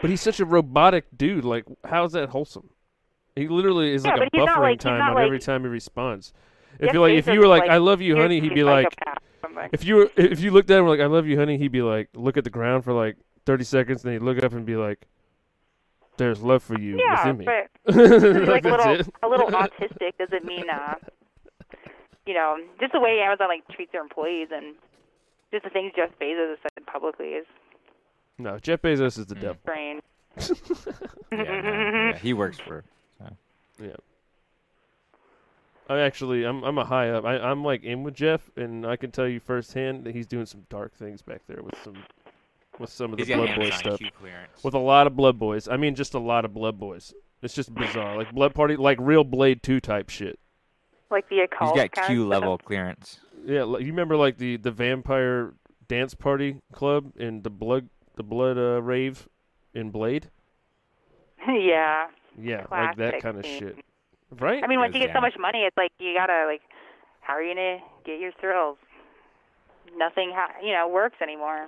[SPEAKER 5] But he's such a robotic dude. Like, how's that wholesome? He literally is
[SPEAKER 8] Yeah,
[SPEAKER 5] like
[SPEAKER 8] but
[SPEAKER 5] a
[SPEAKER 8] he's not
[SPEAKER 5] buffering
[SPEAKER 8] like- he's
[SPEAKER 5] time
[SPEAKER 8] not
[SPEAKER 5] on
[SPEAKER 8] like-
[SPEAKER 5] every time he responds. If
[SPEAKER 8] Jeff
[SPEAKER 5] you like, if
[SPEAKER 8] Bezos
[SPEAKER 5] you were
[SPEAKER 8] is
[SPEAKER 5] like,
[SPEAKER 8] like,
[SPEAKER 5] "I love you,
[SPEAKER 8] You're
[SPEAKER 5] honey," he'd
[SPEAKER 8] a
[SPEAKER 5] be like,
[SPEAKER 8] psychopath or something.
[SPEAKER 5] if you were, if you looked at him like, "I love you, honey," he'd be like, look at the ground for like thirty seconds, and then he'd look up and be like, "There's love for you
[SPEAKER 8] yeah,
[SPEAKER 5] within me."
[SPEAKER 8] but like
[SPEAKER 5] like,
[SPEAKER 8] a
[SPEAKER 5] that's
[SPEAKER 8] little
[SPEAKER 5] it.
[SPEAKER 8] a little autistic doesn't mean uh you know just the way Amazon like treats their employees and just the things Jeff Bezos has said publicly is
[SPEAKER 5] No, Jeff Bezos is the devil.
[SPEAKER 8] strange.
[SPEAKER 6] yeah, no, yeah, he works for.
[SPEAKER 5] I actually, I'm I'm a high up. I, I'm like in with Jeff, and I can tell you firsthand that he's doing some dark things back there with some with some of the blood boy stuff.
[SPEAKER 6] clearance.
[SPEAKER 5] with a lot of blood boys. I mean, just a lot of blood boys. It's just bizarre, like blood party, like real Blade Two type shit.
[SPEAKER 8] Like the
[SPEAKER 6] He's
[SPEAKER 8] occult.
[SPEAKER 6] got
[SPEAKER 8] kind of
[SPEAKER 6] Q
[SPEAKER 8] stuff.
[SPEAKER 6] level clearance.
[SPEAKER 5] Yeah, like, you remember like the the vampire dance party club and the blood the blood uh, rave in Blade.
[SPEAKER 8] yeah.
[SPEAKER 5] Yeah, like that
[SPEAKER 8] Classic
[SPEAKER 5] kind of
[SPEAKER 8] scene.
[SPEAKER 5] shit, right?
[SPEAKER 8] I mean, once
[SPEAKER 6] goes
[SPEAKER 8] you get so
[SPEAKER 6] down.
[SPEAKER 8] much money, it's like you gotta like, how are you gonna get your thrills? Nothing, ha- you know, works anymore.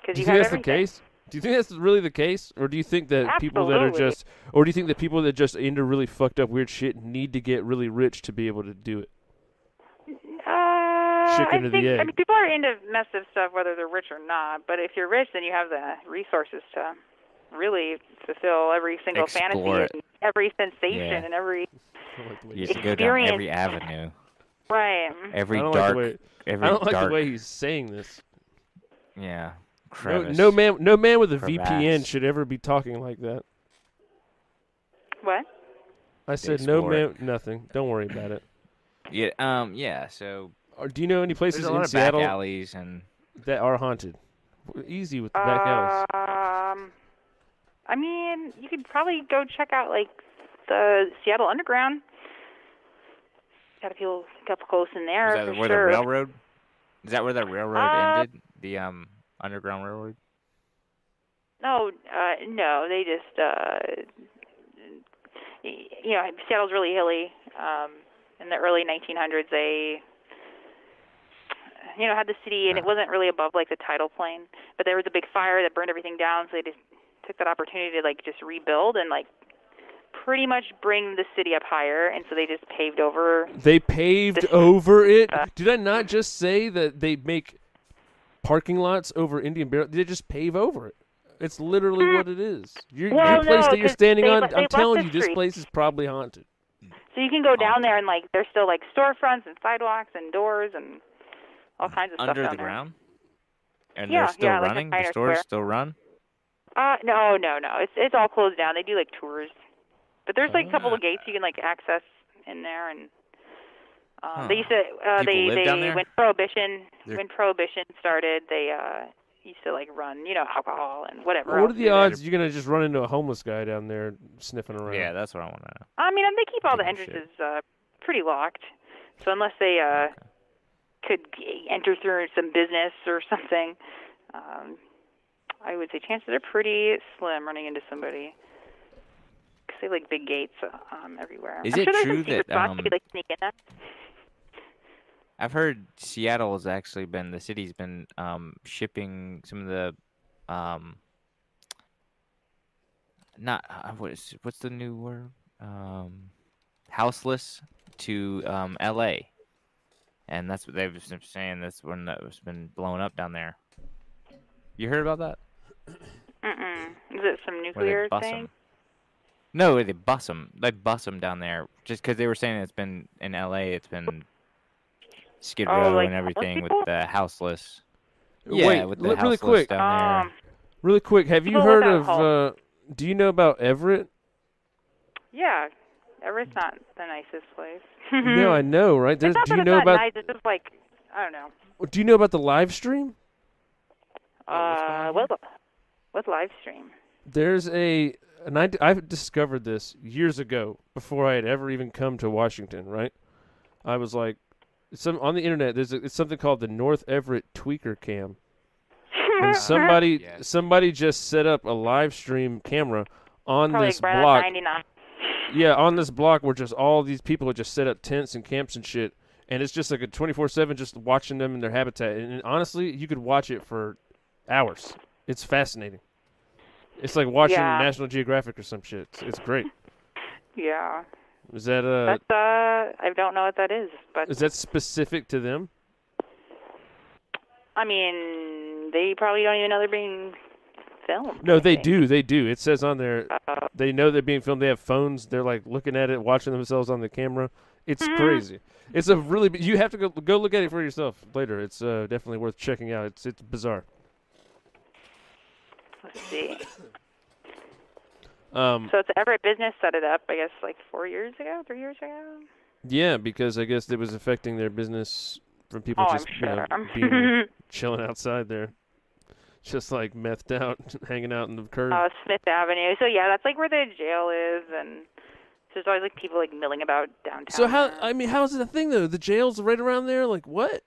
[SPEAKER 8] Because
[SPEAKER 5] do you
[SPEAKER 8] have
[SPEAKER 5] think that's the
[SPEAKER 8] everything.
[SPEAKER 5] case? Do you think that's really the case, or do you think that people that are
[SPEAKER 8] Absolutely.
[SPEAKER 5] just, or do you think that people that just into really fucked up weird shit need to get really rich to be able to do it?
[SPEAKER 8] Uh,
[SPEAKER 5] Chicken
[SPEAKER 8] I
[SPEAKER 5] or the
[SPEAKER 8] think, I
[SPEAKER 5] egg?
[SPEAKER 8] mean, people are into massive stuff whether they're rich or not. But if you're rich, then you have the resources to really fulfill every single
[SPEAKER 6] Explore
[SPEAKER 8] fantasy
[SPEAKER 6] it.
[SPEAKER 8] and every sensation
[SPEAKER 6] Yeah.
[SPEAKER 8] and every
[SPEAKER 6] You have to go down every avenue,
[SPEAKER 8] right.
[SPEAKER 6] every
[SPEAKER 5] I don't like
[SPEAKER 6] dark,
[SPEAKER 5] the way,
[SPEAKER 6] every
[SPEAKER 5] I don't like
[SPEAKER 6] dark.
[SPEAKER 5] the way he's saying this.
[SPEAKER 6] yeah,
[SPEAKER 5] No,
[SPEAKER 6] crevice.
[SPEAKER 5] no man, no man with a
[SPEAKER 6] Crevasse.
[SPEAKER 5] VPN should ever be talking like that.
[SPEAKER 8] What?
[SPEAKER 5] I said no
[SPEAKER 6] explore
[SPEAKER 5] man, nothing. Don't worry about it.
[SPEAKER 6] Yeah, um, yeah. So
[SPEAKER 5] Or do you know any places
[SPEAKER 6] there's a
[SPEAKER 5] in
[SPEAKER 6] lot of back
[SPEAKER 5] Seattle
[SPEAKER 6] alleys and
[SPEAKER 5] that are haunted? Easy with the back alleys.
[SPEAKER 8] Um, I mean, you could probably go check out like the Seattle Underground. Got to feel up close in there
[SPEAKER 6] Is that
[SPEAKER 8] for
[SPEAKER 6] where
[SPEAKER 8] sure.
[SPEAKER 6] the railroad? Is that where the railroad
[SPEAKER 8] Uh,
[SPEAKER 6] ended? The um underground railroad.
[SPEAKER 8] No, uh, no, they just, uh, y- you know, Seattle's really hilly. Um, in the early 1900s, they, you know, had the city, and it wasn't really above like the tidal plane. But there was a big fire that burned everything down, so they just took that opportunity to like just rebuild and like pretty much bring the city up higher. And so they just paved over.
[SPEAKER 5] They paved
[SPEAKER 8] This-
[SPEAKER 5] over it.
[SPEAKER 8] uh,
[SPEAKER 5] Did I not just say that they make parking lots over Indian Burial? They just pave over it. It's literally what it is. Your, your place
[SPEAKER 8] Well, Hmm. no,
[SPEAKER 5] that you're
[SPEAKER 8] 'cause
[SPEAKER 5] standing
[SPEAKER 8] they
[SPEAKER 5] on,
[SPEAKER 8] le- they
[SPEAKER 5] I'm
[SPEAKER 8] left
[SPEAKER 5] telling
[SPEAKER 8] the
[SPEAKER 5] you, this
[SPEAKER 8] street.
[SPEAKER 5] place is probably haunted.
[SPEAKER 8] So you can go down there and like there's still like storefronts and sidewalks and doors and all kinds of stuff
[SPEAKER 6] Under
[SPEAKER 8] down
[SPEAKER 6] the
[SPEAKER 8] there.
[SPEAKER 6] ground? And
[SPEAKER 8] Yeah,
[SPEAKER 6] they're still
[SPEAKER 8] yeah, like in
[SPEAKER 6] running.
[SPEAKER 8] Pioneer
[SPEAKER 6] the stores
[SPEAKER 8] Square.
[SPEAKER 6] still run.
[SPEAKER 8] Uh, no, no, no. It's it's all closed down. They do like tours, but there's like a couple of gates you can like access in there, and um, they
[SPEAKER 6] Huh.
[SPEAKER 8] used to uh,
[SPEAKER 6] People
[SPEAKER 8] they
[SPEAKER 6] live
[SPEAKER 8] they
[SPEAKER 6] down there?
[SPEAKER 8] when prohibition
[SPEAKER 9] They're-
[SPEAKER 8] when prohibition started, they uh used to like run you know alcohol and whatever.
[SPEAKER 5] What are
[SPEAKER 8] else
[SPEAKER 5] the
[SPEAKER 8] they-
[SPEAKER 5] odds you're gonna just run into a homeless guy down there sniffing around?
[SPEAKER 6] Yeah, that's what I want to know.
[SPEAKER 8] I mean, they keep all the
[SPEAKER 6] Oh, shit.
[SPEAKER 8] entrances uh pretty locked, so unless they uh could g- enter through some business or something, um, I would say chances are pretty slim running into somebody. 'Cause they have, like big gates um, everywhere.
[SPEAKER 6] Is
[SPEAKER 8] I'm
[SPEAKER 6] it
[SPEAKER 8] sure there's
[SPEAKER 6] true
[SPEAKER 8] some secret
[SPEAKER 6] that,
[SPEAKER 8] spots
[SPEAKER 6] um,
[SPEAKER 8] you could like sneak in at.
[SPEAKER 6] I've heard Seattle's actually been the city's been um, shipping some of the um, not uh, what is what's the new word um, houseless to um, L.A. and that's what they've been saying. That's one that's been blown up down there. You heard about that?
[SPEAKER 8] Mm-mm. Is it some
[SPEAKER 6] where
[SPEAKER 8] nuclear
[SPEAKER 6] they bus
[SPEAKER 8] thing?
[SPEAKER 6] them. No, they bus them. They bus them down there just because they were saying it's been in LA. It's been Skid
[SPEAKER 8] Oh,
[SPEAKER 6] Row
[SPEAKER 8] like
[SPEAKER 6] and
[SPEAKER 8] homeless
[SPEAKER 6] everything with
[SPEAKER 8] people?
[SPEAKER 6] the houseless.
[SPEAKER 5] Wait,
[SPEAKER 6] Yeah, with the
[SPEAKER 5] li- really
[SPEAKER 6] houseless
[SPEAKER 5] quick,
[SPEAKER 6] down Oh,
[SPEAKER 8] Um,
[SPEAKER 5] really quick. Have you
[SPEAKER 8] People
[SPEAKER 5] heard
[SPEAKER 8] without
[SPEAKER 5] of? Uh,
[SPEAKER 8] homes.
[SPEAKER 5] do you know about Everett?
[SPEAKER 8] yeah, Everett's not the nicest place. Mm-hmm.
[SPEAKER 5] No, I know, right? There's,
[SPEAKER 8] it's
[SPEAKER 5] do
[SPEAKER 8] not that
[SPEAKER 5] you
[SPEAKER 8] it's
[SPEAKER 5] know
[SPEAKER 8] not
[SPEAKER 5] about?
[SPEAKER 8] nice. It's just like I don't know.
[SPEAKER 5] Do you know about the live stream?
[SPEAKER 8] Uh, what what live stream?
[SPEAKER 5] There's a, and I, have discovered this years ago before I had ever even come to Washington. Right? I was like, some on the internet. There's a, it's something called the North Everett Tweaker Cam, and somebody
[SPEAKER 6] Yes.
[SPEAKER 5] somebody just set up a live stream camera on
[SPEAKER 8] Probably
[SPEAKER 5] this
[SPEAKER 8] like right
[SPEAKER 5] block.
[SPEAKER 8] on 99.
[SPEAKER 5] Yeah, on this block where just all these people have just set up tents and camps and shit, and it's just like a twenty four seven just watching them in their habitat. And, and honestly, you could watch it for hours. It's fascinating. It's like watching
[SPEAKER 8] Yeah.
[SPEAKER 5] National Geographic or some shit. It's, it's great.
[SPEAKER 8] Yeah.
[SPEAKER 5] Is that uh,
[SPEAKER 8] That's uh I don't know what that is, but
[SPEAKER 5] is that specific to them?
[SPEAKER 8] I mean, they probably don't even know they're being filmed.
[SPEAKER 5] No,
[SPEAKER 8] I
[SPEAKER 5] they
[SPEAKER 8] think.
[SPEAKER 5] do. They do. It says on there
[SPEAKER 8] Uh,
[SPEAKER 5] they know they're being filmed. They have phones. They're like looking at it, watching themselves on the camera. It's crazy. It's a really b- you have to go go look at it for yourself later. It's uh, definitely worth checking out. It's it's bizarre.
[SPEAKER 8] let's see.
[SPEAKER 5] Um,
[SPEAKER 8] So it's Everett Business set it up, I guess, like four years ago, three years ago.
[SPEAKER 5] Yeah, because I guess it was affecting their business from people
[SPEAKER 8] oh,
[SPEAKER 5] just
[SPEAKER 8] I'm
[SPEAKER 5] you know,
[SPEAKER 8] sure.
[SPEAKER 5] being, chilling outside there, just like methed out, hanging out in the curb.
[SPEAKER 8] uh, Smith Avenue. So yeah, that's like where the jail is, and so there's always like people like milling about downtown.
[SPEAKER 5] so how?
[SPEAKER 8] there.
[SPEAKER 5] I mean, how is it a thing though? The jail's right around there. Like what?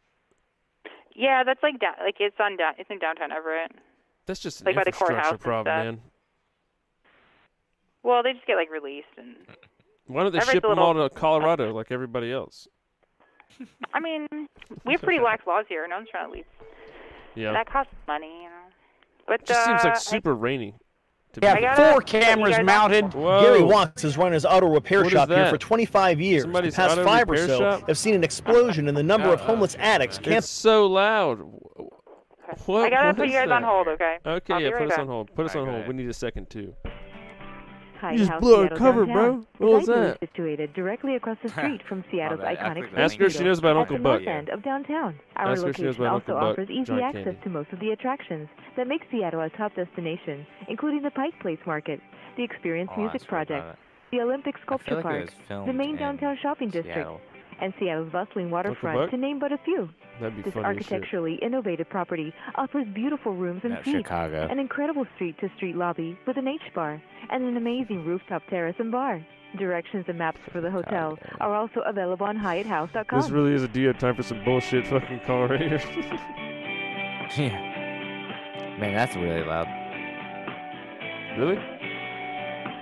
[SPEAKER 8] yeah, that's like down, like it's on down, it's in downtown Everett.
[SPEAKER 5] That's just an
[SPEAKER 8] Like by the courthouse
[SPEAKER 5] infrastructure
[SPEAKER 8] and
[SPEAKER 5] problem,
[SPEAKER 8] stuff.
[SPEAKER 5] man.
[SPEAKER 8] Well, they just get like released, and
[SPEAKER 5] Why don't they
[SPEAKER 8] Everett's
[SPEAKER 5] ship
[SPEAKER 8] a
[SPEAKER 5] them all to Colorado like everybody else?
[SPEAKER 8] I mean, we have pretty lax laws here. No one's trying to leave.
[SPEAKER 5] Yeah,
[SPEAKER 8] That costs money, you know. But
[SPEAKER 5] just seems
[SPEAKER 8] uh,
[SPEAKER 5] like super rainy. To
[SPEAKER 8] I
[SPEAKER 5] be
[SPEAKER 8] got
[SPEAKER 10] Four
[SPEAKER 8] it.
[SPEAKER 10] cameras
[SPEAKER 8] You guys-
[SPEAKER 10] mounted.
[SPEAKER 5] Whoa.
[SPEAKER 10] Gary
[SPEAKER 11] Oh.
[SPEAKER 10] Watts has run his auto repair
[SPEAKER 5] What is
[SPEAKER 10] shop here
[SPEAKER 5] that?
[SPEAKER 10] for 25 years.
[SPEAKER 5] Somebody's
[SPEAKER 10] the past
[SPEAKER 5] auto
[SPEAKER 10] five or
[SPEAKER 5] repair
[SPEAKER 10] so
[SPEAKER 5] shop?
[SPEAKER 10] have seen an explosion in the number of homeless addicts camping.
[SPEAKER 5] it's so loud. What
[SPEAKER 8] I gotta
[SPEAKER 5] was
[SPEAKER 8] put you guys
[SPEAKER 5] that?
[SPEAKER 8] on hold, okay?
[SPEAKER 5] Okay,
[SPEAKER 8] I'll
[SPEAKER 5] yeah,
[SPEAKER 8] be
[SPEAKER 5] put
[SPEAKER 8] right
[SPEAKER 5] us
[SPEAKER 8] back.
[SPEAKER 5] on hold. Put us
[SPEAKER 6] Alright,
[SPEAKER 5] on
[SPEAKER 6] go
[SPEAKER 5] hold.
[SPEAKER 6] ahead.
[SPEAKER 5] We need a second too.
[SPEAKER 7] Hi,
[SPEAKER 5] You just
[SPEAKER 7] House
[SPEAKER 5] blew our
[SPEAKER 7] Seattle
[SPEAKER 5] cover, bro.
[SPEAKER 7] downtown.
[SPEAKER 5] What was
[SPEAKER 7] The library
[SPEAKER 5] that?
[SPEAKER 7] is situated directly across the street from Seattle's
[SPEAKER 6] bad. I
[SPEAKER 7] iconic
[SPEAKER 6] clicked
[SPEAKER 7] Space
[SPEAKER 6] the
[SPEAKER 5] Ask her if she
[SPEAKER 7] Needle
[SPEAKER 5] knows about
[SPEAKER 7] at
[SPEAKER 5] Uncle
[SPEAKER 7] the
[SPEAKER 5] Buck.
[SPEAKER 7] north end of downtown. Our
[SPEAKER 5] Ask her if she
[SPEAKER 7] location
[SPEAKER 5] knows about
[SPEAKER 7] also
[SPEAKER 5] Uncle Buck,
[SPEAKER 7] offers easy
[SPEAKER 5] John
[SPEAKER 7] access
[SPEAKER 5] Candy.
[SPEAKER 7] to most of the attractions that make Seattle a top destination, including the Pike Place Market, the Experience
[SPEAKER 6] Oh,
[SPEAKER 7] Music
[SPEAKER 6] that's right about
[SPEAKER 7] Project,
[SPEAKER 6] it.
[SPEAKER 7] the Olympic Sculpture
[SPEAKER 6] like it
[SPEAKER 7] Park,
[SPEAKER 6] was filmed
[SPEAKER 7] the main
[SPEAKER 6] in
[SPEAKER 7] downtown shopping district,
[SPEAKER 6] Seattle.
[SPEAKER 7] and Seattle's bustling
[SPEAKER 5] Buck?
[SPEAKER 7] waterfront, to name but a few.
[SPEAKER 5] That'd be
[SPEAKER 7] This
[SPEAKER 5] funny as shit.
[SPEAKER 7] architecturally innovative property offers beautiful rooms and
[SPEAKER 6] Not
[SPEAKER 7] suites,
[SPEAKER 6] Chicago.
[SPEAKER 7] an incredible street to street lobby with an H bar, and an amazing rooftop terrace and bar. Directions and maps for the hotel
[SPEAKER 6] Chicago.
[SPEAKER 7] are also available on HyattHouse.com.
[SPEAKER 5] This really is a deal time for some bullshit fucking call right here.
[SPEAKER 6] yeah. Man, that's really loud.
[SPEAKER 5] really?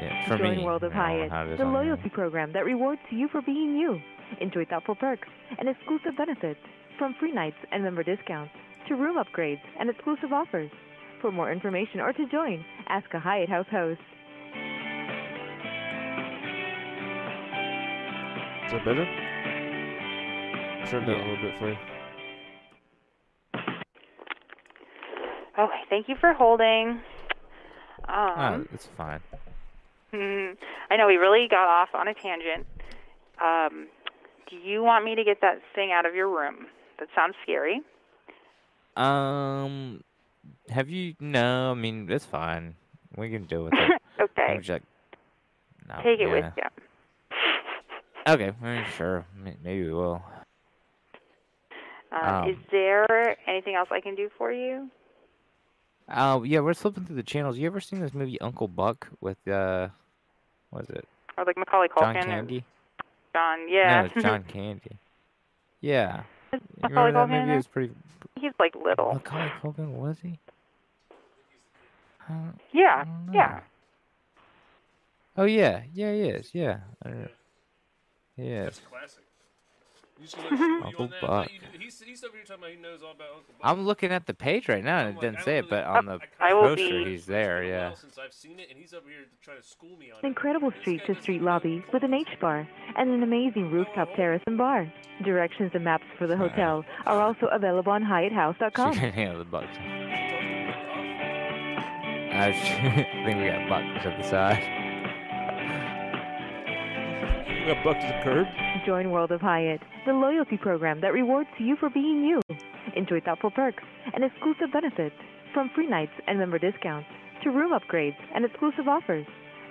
[SPEAKER 6] Yeah, for
[SPEAKER 7] Join
[SPEAKER 6] me.
[SPEAKER 7] World of
[SPEAKER 6] I don't know
[SPEAKER 7] Hyatt,
[SPEAKER 6] how it is
[SPEAKER 7] the
[SPEAKER 6] on there.
[SPEAKER 7] loyalty program that rewards you for being you. Enjoy thoughtful perks and exclusive benefits, from free nights and member discounts to room upgrades and exclusive offers. For more information or to join, ask a Hyatt House host.
[SPEAKER 5] Is that better? Turn it down a
[SPEAKER 6] Yeah.
[SPEAKER 5] little bit for you.
[SPEAKER 8] Okay, thank you for holding.
[SPEAKER 6] Oh,
[SPEAKER 8] Um,
[SPEAKER 6] it's fine.
[SPEAKER 8] mm, I know we really got off on a tangent. Um, do you want me to get that thing out of your room? That sounds scary.
[SPEAKER 6] Um, have you? No, I mean it's fine. We can deal with it. I'm
[SPEAKER 8] okay.
[SPEAKER 6] just like, no,
[SPEAKER 8] Take it with
[SPEAKER 6] yeah.
[SPEAKER 8] you.
[SPEAKER 6] Okay, I mean, sure. m- Maybe we will.
[SPEAKER 8] Um,
[SPEAKER 6] Um,
[SPEAKER 8] is there anything else I can do for you?
[SPEAKER 6] Uh, yeah, we're flipping through the channels. You ever seen this movie Uncle Buck with uh, what is it?
[SPEAKER 8] Or like Macaulay
[SPEAKER 6] John
[SPEAKER 8] Culkin? and
[SPEAKER 6] Candy?
[SPEAKER 8] John,
[SPEAKER 6] No,
[SPEAKER 8] yeah.
[SPEAKER 6] it's John Candy. Yeah. You
[SPEAKER 8] Macaulay
[SPEAKER 6] remember that
[SPEAKER 8] Culkin
[SPEAKER 6] movie?
[SPEAKER 8] in
[SPEAKER 6] It
[SPEAKER 8] it?
[SPEAKER 6] was pretty.
[SPEAKER 8] He's like little.
[SPEAKER 6] Macaulay Culkin was he? I don't, I
[SPEAKER 8] Yeah,
[SPEAKER 6] don't
[SPEAKER 8] yeah.
[SPEAKER 6] know. Oh yeah, yeah, he is, yeah. I don't know. Yes.
[SPEAKER 5] Classic. You should look,
[SPEAKER 6] Uncle Buck.
[SPEAKER 5] he's, he's over here talking about he knows all about Uncle Buck.
[SPEAKER 6] I'm looking at the page right now, and it
[SPEAKER 5] like,
[SPEAKER 6] doesn't
[SPEAKER 5] I
[SPEAKER 6] say
[SPEAKER 5] don't
[SPEAKER 6] it, but
[SPEAKER 5] really-
[SPEAKER 6] on the
[SPEAKER 5] I
[SPEAKER 8] will
[SPEAKER 6] poster,
[SPEAKER 8] be-
[SPEAKER 6] he's there. Yeah.
[SPEAKER 5] Since I've seen it, and he's over here trying to school me on
[SPEAKER 7] An incredible street to street lobby with an H bar and an amazing rooftop terrace and bar. Directions and maps for the hotel are also available on
[SPEAKER 6] She
[SPEAKER 7] HyattHouse.com.
[SPEAKER 6] can handle the bucks. I think we got bucks at the side.
[SPEAKER 5] We got bucked to the curb.
[SPEAKER 7] Join World of Hyatt, the loyalty program that rewards you for being you. Enjoy thoughtful perks and exclusive benefits, from free nights and member discounts to room upgrades and exclusive offers.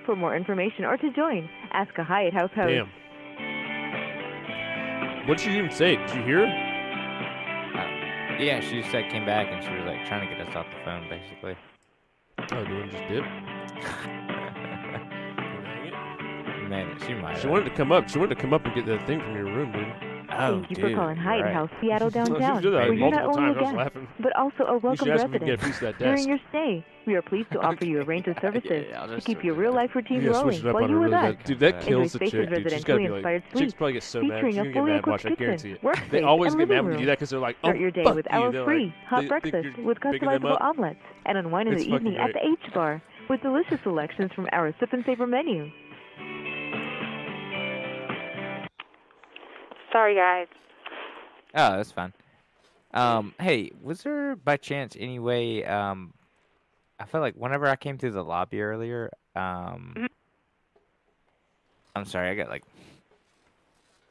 [SPEAKER 7] For more information or to join, ask a Hyatt House host.
[SPEAKER 5] Damn. What did she even say? Did you hear? her?
[SPEAKER 6] Uh, Yeah, she just like came back and she was like trying to get us off the phone, basically.
[SPEAKER 5] Oh, dude, just dip.
[SPEAKER 6] Man, she might.
[SPEAKER 5] She wanted to come up. She wanted to come up and get that thing from your room, dude.
[SPEAKER 6] Oh,
[SPEAKER 7] Thank you
[SPEAKER 6] dude,
[SPEAKER 7] for calling
[SPEAKER 6] you're
[SPEAKER 7] Hyatt
[SPEAKER 6] right.
[SPEAKER 7] House Seattle Downtown,
[SPEAKER 5] she did that
[SPEAKER 7] where you're not
[SPEAKER 5] multiple
[SPEAKER 7] only
[SPEAKER 5] times.
[SPEAKER 7] a
[SPEAKER 5] I was
[SPEAKER 7] guest,
[SPEAKER 5] laughing.
[SPEAKER 7] but also a
[SPEAKER 5] You
[SPEAKER 7] welcome
[SPEAKER 5] should ask me to get a
[SPEAKER 7] resident.
[SPEAKER 5] piece of that desk.
[SPEAKER 7] During your stay, we are pleased to offer you a range of
[SPEAKER 6] Okay, yeah,
[SPEAKER 7] services
[SPEAKER 6] yeah, I'll
[SPEAKER 7] to
[SPEAKER 6] just
[SPEAKER 7] keep
[SPEAKER 6] switch
[SPEAKER 7] your
[SPEAKER 6] it
[SPEAKER 7] real
[SPEAKER 6] up.
[SPEAKER 7] life routine
[SPEAKER 5] You gotta switch
[SPEAKER 7] rolling
[SPEAKER 5] it up
[SPEAKER 7] while
[SPEAKER 5] on
[SPEAKER 7] you
[SPEAKER 5] her
[SPEAKER 7] were
[SPEAKER 5] really
[SPEAKER 7] with us.
[SPEAKER 5] bad. Dude, that
[SPEAKER 6] Enjoy
[SPEAKER 5] kills the
[SPEAKER 7] spaces
[SPEAKER 5] chick. Dude, she's
[SPEAKER 7] resident,
[SPEAKER 5] gotta be
[SPEAKER 7] fully
[SPEAKER 5] like,
[SPEAKER 7] inspired
[SPEAKER 5] chicks
[SPEAKER 7] suites,
[SPEAKER 5] probably get so mad. She's
[SPEAKER 7] featuring
[SPEAKER 5] gonna
[SPEAKER 7] a
[SPEAKER 5] get
[SPEAKER 7] fully
[SPEAKER 5] mad. Watch, I
[SPEAKER 7] equipped
[SPEAKER 5] guarantee it.
[SPEAKER 7] kitchen, workspace,
[SPEAKER 5] They always
[SPEAKER 7] and
[SPEAKER 5] get mad
[SPEAKER 7] living
[SPEAKER 5] when you do
[SPEAKER 7] room.
[SPEAKER 5] that because they're like, oh,
[SPEAKER 7] Start your day
[SPEAKER 5] fuck
[SPEAKER 7] with
[SPEAKER 5] you.
[SPEAKER 7] hour
[SPEAKER 5] They're like-
[SPEAKER 7] free hot
[SPEAKER 5] they think
[SPEAKER 7] breakfast
[SPEAKER 5] you're
[SPEAKER 7] with
[SPEAKER 5] picking them
[SPEAKER 7] customizable
[SPEAKER 5] up.
[SPEAKER 7] omelets and unwind in
[SPEAKER 5] It's
[SPEAKER 7] the
[SPEAKER 5] fucking
[SPEAKER 7] evening at
[SPEAKER 5] great.
[SPEAKER 7] the H Bar with delicious selections from our sip and savor menu.
[SPEAKER 8] Sorry, guys.
[SPEAKER 6] Oh, that's fine. Um, hey, was there by chance any way? Um, I felt like whenever I came through the lobby earlier, um,
[SPEAKER 8] Mhm.
[SPEAKER 6] I'm sorry, I got like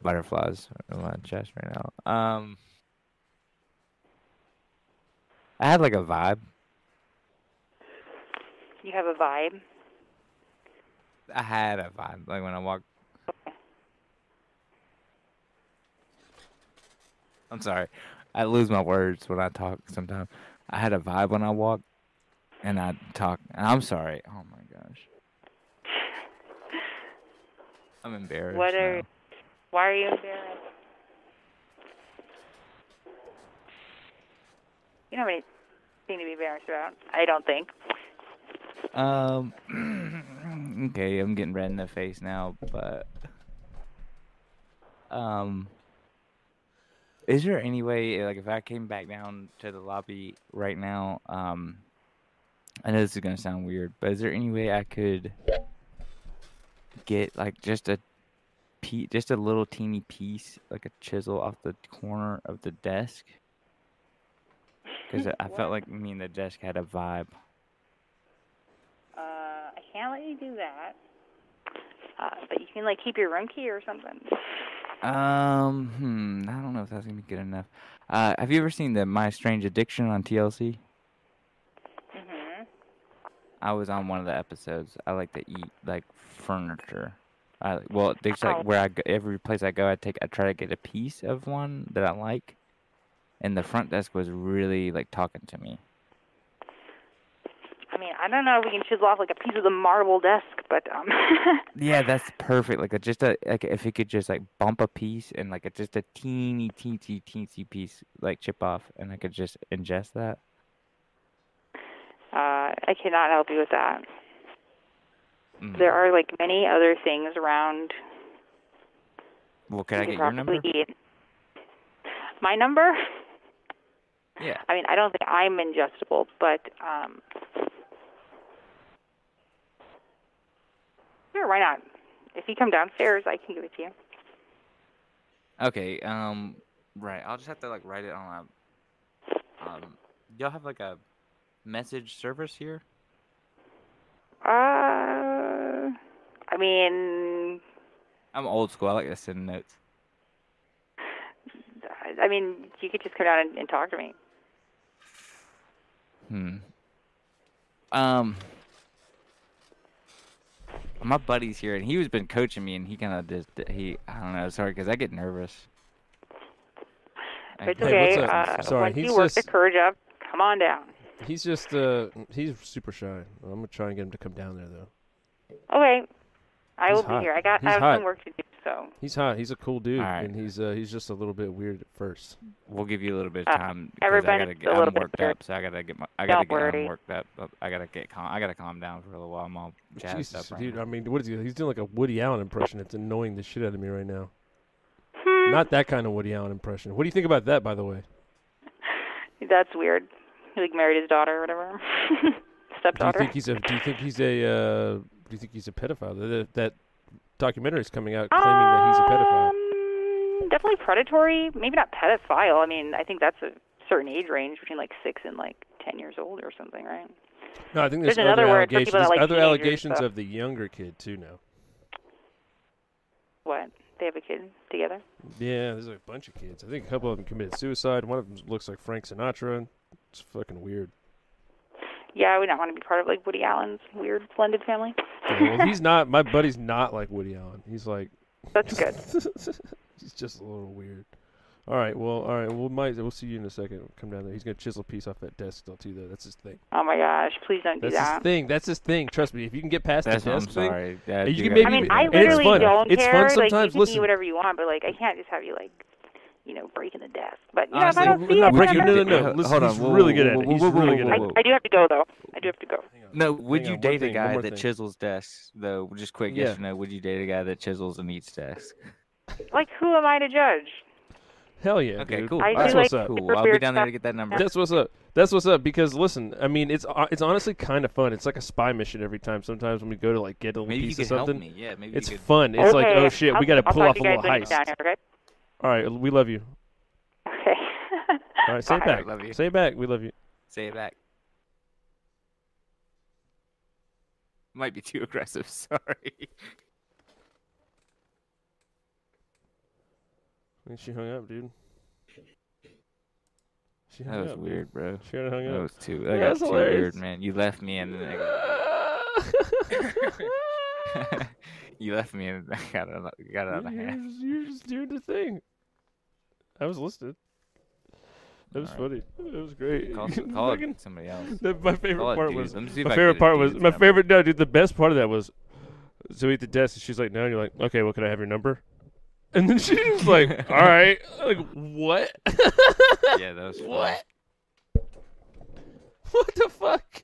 [SPEAKER 6] butterflies in my chest right now. Um, I had like a vibe.
[SPEAKER 8] You have a vibe.
[SPEAKER 6] I had a vibe like when I walked. I'm sorry, I lose my words when I talk sometimes. I had a vibe when I walked, and I talk. And I'm sorry. Oh my gosh, I'm embarrassed.
[SPEAKER 8] What are-
[SPEAKER 6] now.
[SPEAKER 8] Why are you embarrassed? You don't have anything to be embarrassed about. I don't think.
[SPEAKER 6] Um. okay, I'm getting red in the face now, but um, is there any way, like, if I came back down to the lobby right now, um, I know this is gonna sound weird, but is there any way I could get like just a pe- just a little teeny piece, like a chisel off the corner of the desk? Because I felt like me and the desk had a vibe.
[SPEAKER 8] Uh, I can't let you do that. Uh, but you can like keep your room key or something.
[SPEAKER 6] Um, hmm, I don't know if that's gonna be good enough. Uh, have you ever seen the My Strange Addiction on TLC? Mm-hmm.
[SPEAKER 8] Mhm.
[SPEAKER 6] I was on one of the episodes. I like to eat like furniture. I well, there's
[SPEAKER 8] Oh.
[SPEAKER 6] like where I go, every place I go, I take I try to get a piece of one that I like, and the front desk was really like talking to me.
[SPEAKER 8] I mean, I don't know if we can chisel off like a piece of the marble desk, but um,
[SPEAKER 6] Yeah, that's perfect. Like a, just a like if it could just like bump a piece and like a, just a teeny teensy teensy piece like chip off, and I could just ingest that.
[SPEAKER 8] uh, I cannot help you with that.
[SPEAKER 6] Mm.
[SPEAKER 8] There are like many other things around.
[SPEAKER 6] Well, could I
[SPEAKER 8] you
[SPEAKER 6] get
[SPEAKER 8] can
[SPEAKER 6] your number?
[SPEAKER 8] probably eat. My number?
[SPEAKER 6] Yeah.
[SPEAKER 8] I mean, I don't think I'm ingestible, but um, sure, why not? If you come downstairs, I can give it to you.
[SPEAKER 6] Okay. Um. Right. I'll just have to like write it on a. Um. Y'all have like a message service here?
[SPEAKER 8] Uh, I mean,
[SPEAKER 6] I'm old school. I like to send notes.
[SPEAKER 8] I mean, you could just come down and, and talk to me.
[SPEAKER 6] Hmm. Um. My buddy's here, and he was been coaching me, and he kind of just he I don't know. Sorry, because I get nervous. I
[SPEAKER 8] It's
[SPEAKER 6] get-
[SPEAKER 8] okay.
[SPEAKER 5] what's up?
[SPEAKER 8] uh,
[SPEAKER 5] Sorry,
[SPEAKER 8] once
[SPEAKER 5] he's
[SPEAKER 8] you work
[SPEAKER 5] just-
[SPEAKER 8] the courage up, come on down.
[SPEAKER 5] He's just uh he's super shy. I'm gonna try and get him to come down there though.
[SPEAKER 8] Okay, I
[SPEAKER 5] He's
[SPEAKER 8] will
[SPEAKER 5] hot.
[SPEAKER 8] be here. I got.
[SPEAKER 5] He's
[SPEAKER 8] I have
[SPEAKER 5] hot.
[SPEAKER 8] some work to do. So
[SPEAKER 5] He's hot. He's a cool dude,
[SPEAKER 6] All right.
[SPEAKER 5] and he's uh he's just a little bit weird at first.
[SPEAKER 6] We'll give you a little bit
[SPEAKER 8] Uh,
[SPEAKER 6] of time. 'cause I
[SPEAKER 8] everybody's
[SPEAKER 6] gotta get,
[SPEAKER 8] a little
[SPEAKER 6] I'm
[SPEAKER 8] bit
[SPEAKER 6] worked
[SPEAKER 8] weird.
[SPEAKER 6] up, so I gotta get my I
[SPEAKER 8] Don't
[SPEAKER 6] gotta get
[SPEAKER 8] worry.
[SPEAKER 6] I'm worked up. but I gotta get calm. I gotta calm down for a little while. I'm all jazzed
[SPEAKER 5] Jesus,
[SPEAKER 6] up right
[SPEAKER 5] dude.
[SPEAKER 6] now.
[SPEAKER 5] I mean, what is he? He's doing like a Woody Allen impression. It's annoying the shit out of me right now.
[SPEAKER 8] Hmm.
[SPEAKER 5] Not that kind of Woody Allen impression. What do you think about that, by the way?
[SPEAKER 8] that's weird. He like married his daughter or whatever,
[SPEAKER 5] Do you
[SPEAKER 8] stepdaughter.
[SPEAKER 5] think he's a? Do you think he's a? Uh, do you think he's a pedophile? That, that documentary is coming out claiming that he's a pedophile.
[SPEAKER 8] Um, definitely predatory. Maybe not pedophile. I mean, I think that's a certain age range between like six and like ten years old or something, right?
[SPEAKER 5] No, I think there's,
[SPEAKER 8] there's another
[SPEAKER 5] other
[SPEAKER 8] word for
[SPEAKER 5] allegations.
[SPEAKER 8] people that
[SPEAKER 5] there's
[SPEAKER 8] like
[SPEAKER 5] other
[SPEAKER 8] teenagers,
[SPEAKER 5] allegations
[SPEAKER 8] though.
[SPEAKER 5] of the younger kid too now.
[SPEAKER 8] What? They have a kid together.
[SPEAKER 5] Yeah, there's a bunch of kids. I think a couple of them committed suicide. One of them looks like Frank Sinatra. It's fucking weird.
[SPEAKER 8] Yeah, I would not want to be part of like Woody Allen's weird blended family.
[SPEAKER 5] well, he's not. My buddy's not like Woody Allen. He's like
[SPEAKER 8] That's good.
[SPEAKER 5] he's just a little weird. All right. Well. All right. We'll might. We'll see you in a second. Come down there. He's gonna chisel a piece off that desk still too. Though that's his thing.
[SPEAKER 8] Oh my gosh, please don't do
[SPEAKER 5] That's his
[SPEAKER 8] that.
[SPEAKER 5] thing. That's his thing. Trust me. If you can get past
[SPEAKER 6] That's
[SPEAKER 5] the
[SPEAKER 6] what I'm
[SPEAKER 5] desk thing,
[SPEAKER 6] sorry. Yeah,
[SPEAKER 5] you
[SPEAKER 6] do
[SPEAKER 5] can
[SPEAKER 6] gotta
[SPEAKER 5] maybe
[SPEAKER 8] I
[SPEAKER 6] do that.
[SPEAKER 8] mean, I
[SPEAKER 5] And it's
[SPEAKER 8] literally
[SPEAKER 5] fun.
[SPEAKER 8] don't
[SPEAKER 5] It's fun
[SPEAKER 8] care. like, you
[SPEAKER 5] sometimes.
[SPEAKER 8] can
[SPEAKER 5] Listen.
[SPEAKER 8] be whatever you want, but like, I can't just have you like, you know, breaking the desk. But you
[SPEAKER 6] Honestly,
[SPEAKER 8] know, if I don't see
[SPEAKER 5] we're
[SPEAKER 8] it,
[SPEAKER 5] not
[SPEAKER 8] then
[SPEAKER 5] breaking
[SPEAKER 8] I'm
[SPEAKER 5] no,
[SPEAKER 8] not
[SPEAKER 5] no,
[SPEAKER 6] it.
[SPEAKER 8] gonna-
[SPEAKER 5] no.
[SPEAKER 6] Hold
[SPEAKER 5] Listen,
[SPEAKER 6] on,
[SPEAKER 5] he's
[SPEAKER 6] whoa,
[SPEAKER 5] really
[SPEAKER 6] whoa,
[SPEAKER 5] good at it.
[SPEAKER 6] whoa,
[SPEAKER 5] He's
[SPEAKER 6] whoa, whoa,
[SPEAKER 5] really
[SPEAKER 6] whoa,
[SPEAKER 5] good at
[SPEAKER 6] whoa,
[SPEAKER 5] it.
[SPEAKER 6] whoa.
[SPEAKER 8] I do have to go though. I do have to go.
[SPEAKER 6] No, would
[SPEAKER 5] Hang
[SPEAKER 6] you
[SPEAKER 5] on, one
[SPEAKER 6] date a
[SPEAKER 5] thing, one
[SPEAKER 6] guy
[SPEAKER 5] more
[SPEAKER 6] that
[SPEAKER 5] thing.
[SPEAKER 6] chisels desks? Though, just quick,
[SPEAKER 5] Yeah.
[SPEAKER 6] yes or no? Would you date a guy that chisels and eats desks?
[SPEAKER 8] Like, who am I to judge?
[SPEAKER 5] Hell yeah.
[SPEAKER 6] Okay,
[SPEAKER 5] dude.
[SPEAKER 6] cool.
[SPEAKER 8] I
[SPEAKER 5] That's
[SPEAKER 8] do
[SPEAKER 5] what's
[SPEAKER 8] like
[SPEAKER 5] up.
[SPEAKER 6] Cool.
[SPEAKER 8] super
[SPEAKER 6] I'll be
[SPEAKER 8] weird
[SPEAKER 6] down there to
[SPEAKER 8] stuff.
[SPEAKER 6] get that number.
[SPEAKER 5] That's what's up. That's what's up. Because listen, I mean, it's uh, it's honestly kind of fun. It's like a spy mission every time. Sometimes when we go to like get a little
[SPEAKER 6] Maybe you
[SPEAKER 5] piece
[SPEAKER 6] could
[SPEAKER 5] of something,
[SPEAKER 6] help me. Yeah, maybe
[SPEAKER 5] it's
[SPEAKER 6] you could.
[SPEAKER 5] fun. It's like
[SPEAKER 8] Okay,
[SPEAKER 5] oh shit, we
[SPEAKER 8] I'll-
[SPEAKER 5] got to
[SPEAKER 8] I'll
[SPEAKER 5] pull
[SPEAKER 8] talk
[SPEAKER 5] off
[SPEAKER 8] to
[SPEAKER 5] a
[SPEAKER 8] you guys
[SPEAKER 5] little
[SPEAKER 8] when you're
[SPEAKER 5] heist.
[SPEAKER 8] Down here,
[SPEAKER 5] All right, we love you.
[SPEAKER 8] okay. Okay.
[SPEAKER 5] All right, say it
[SPEAKER 8] Bye.
[SPEAKER 5] back.
[SPEAKER 6] love you.
[SPEAKER 5] Say it back. We love you.
[SPEAKER 6] Say it back. Might be too aggressive. Sorry.
[SPEAKER 5] And she hung up, dude. She hung
[SPEAKER 6] That was
[SPEAKER 5] up, dude.
[SPEAKER 6] weird, bro.
[SPEAKER 5] She hung
[SPEAKER 6] That
[SPEAKER 5] up.
[SPEAKER 6] was too.
[SPEAKER 5] Yeah,
[SPEAKER 6] That got
[SPEAKER 5] that's
[SPEAKER 6] too
[SPEAKER 5] hilarious.
[SPEAKER 6] weird, man. You left me and then I got- you left me and I got out, of- got out of
[SPEAKER 5] you're,
[SPEAKER 6] hand.
[SPEAKER 5] just, you're just doing the thing. I was listed. That was
[SPEAKER 6] All
[SPEAKER 5] funny. That was great.
[SPEAKER 6] Call, some- call
[SPEAKER 5] Fucking-
[SPEAKER 6] it somebody else.
[SPEAKER 5] that- my favorite
[SPEAKER 6] Call it
[SPEAKER 5] part
[SPEAKER 6] dude.
[SPEAKER 5] was
[SPEAKER 6] Let me see if
[SPEAKER 5] my
[SPEAKER 6] I can
[SPEAKER 5] favorite
[SPEAKER 6] get a
[SPEAKER 5] part was
[SPEAKER 6] dude's
[SPEAKER 5] my
[SPEAKER 6] number.
[SPEAKER 5] favorite. No, dude, the best part of that was so we at the desk and she's like, "No," and you're like, "Okay, well, can I have your number?" And then she's just like, "All right," like what?
[SPEAKER 6] Yeah, that was fun.
[SPEAKER 5] What? What the fuck,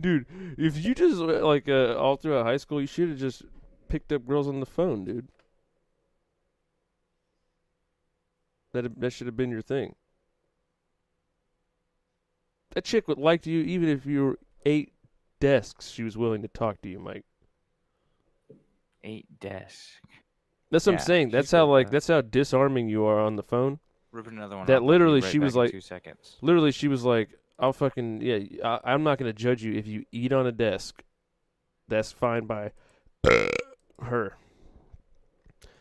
[SPEAKER 5] dude? If you just like uh, all throughout high school, you should have just picked up girls on the phone, dude. That that should have been your thing. That chick would like you even if you were eight desks. She was willing to talk to you, Mike.
[SPEAKER 6] Eight desks.
[SPEAKER 5] That's what
[SPEAKER 6] Yeah,
[SPEAKER 5] I'm saying.
[SPEAKER 6] she's
[SPEAKER 5] That's how
[SPEAKER 6] good at
[SPEAKER 5] like
[SPEAKER 6] that.
[SPEAKER 5] that's how disarming you are on the phone.
[SPEAKER 6] Rip another one.
[SPEAKER 5] That
[SPEAKER 6] off. I'll be
[SPEAKER 5] literally
[SPEAKER 6] right
[SPEAKER 5] she
[SPEAKER 6] back
[SPEAKER 5] was
[SPEAKER 6] in
[SPEAKER 5] like-
[SPEAKER 6] two seconds.
[SPEAKER 5] Literally, she was like, "I'll fucking yeah, I, I'm not gonna judge you if you eat on a desk. That's fine by her."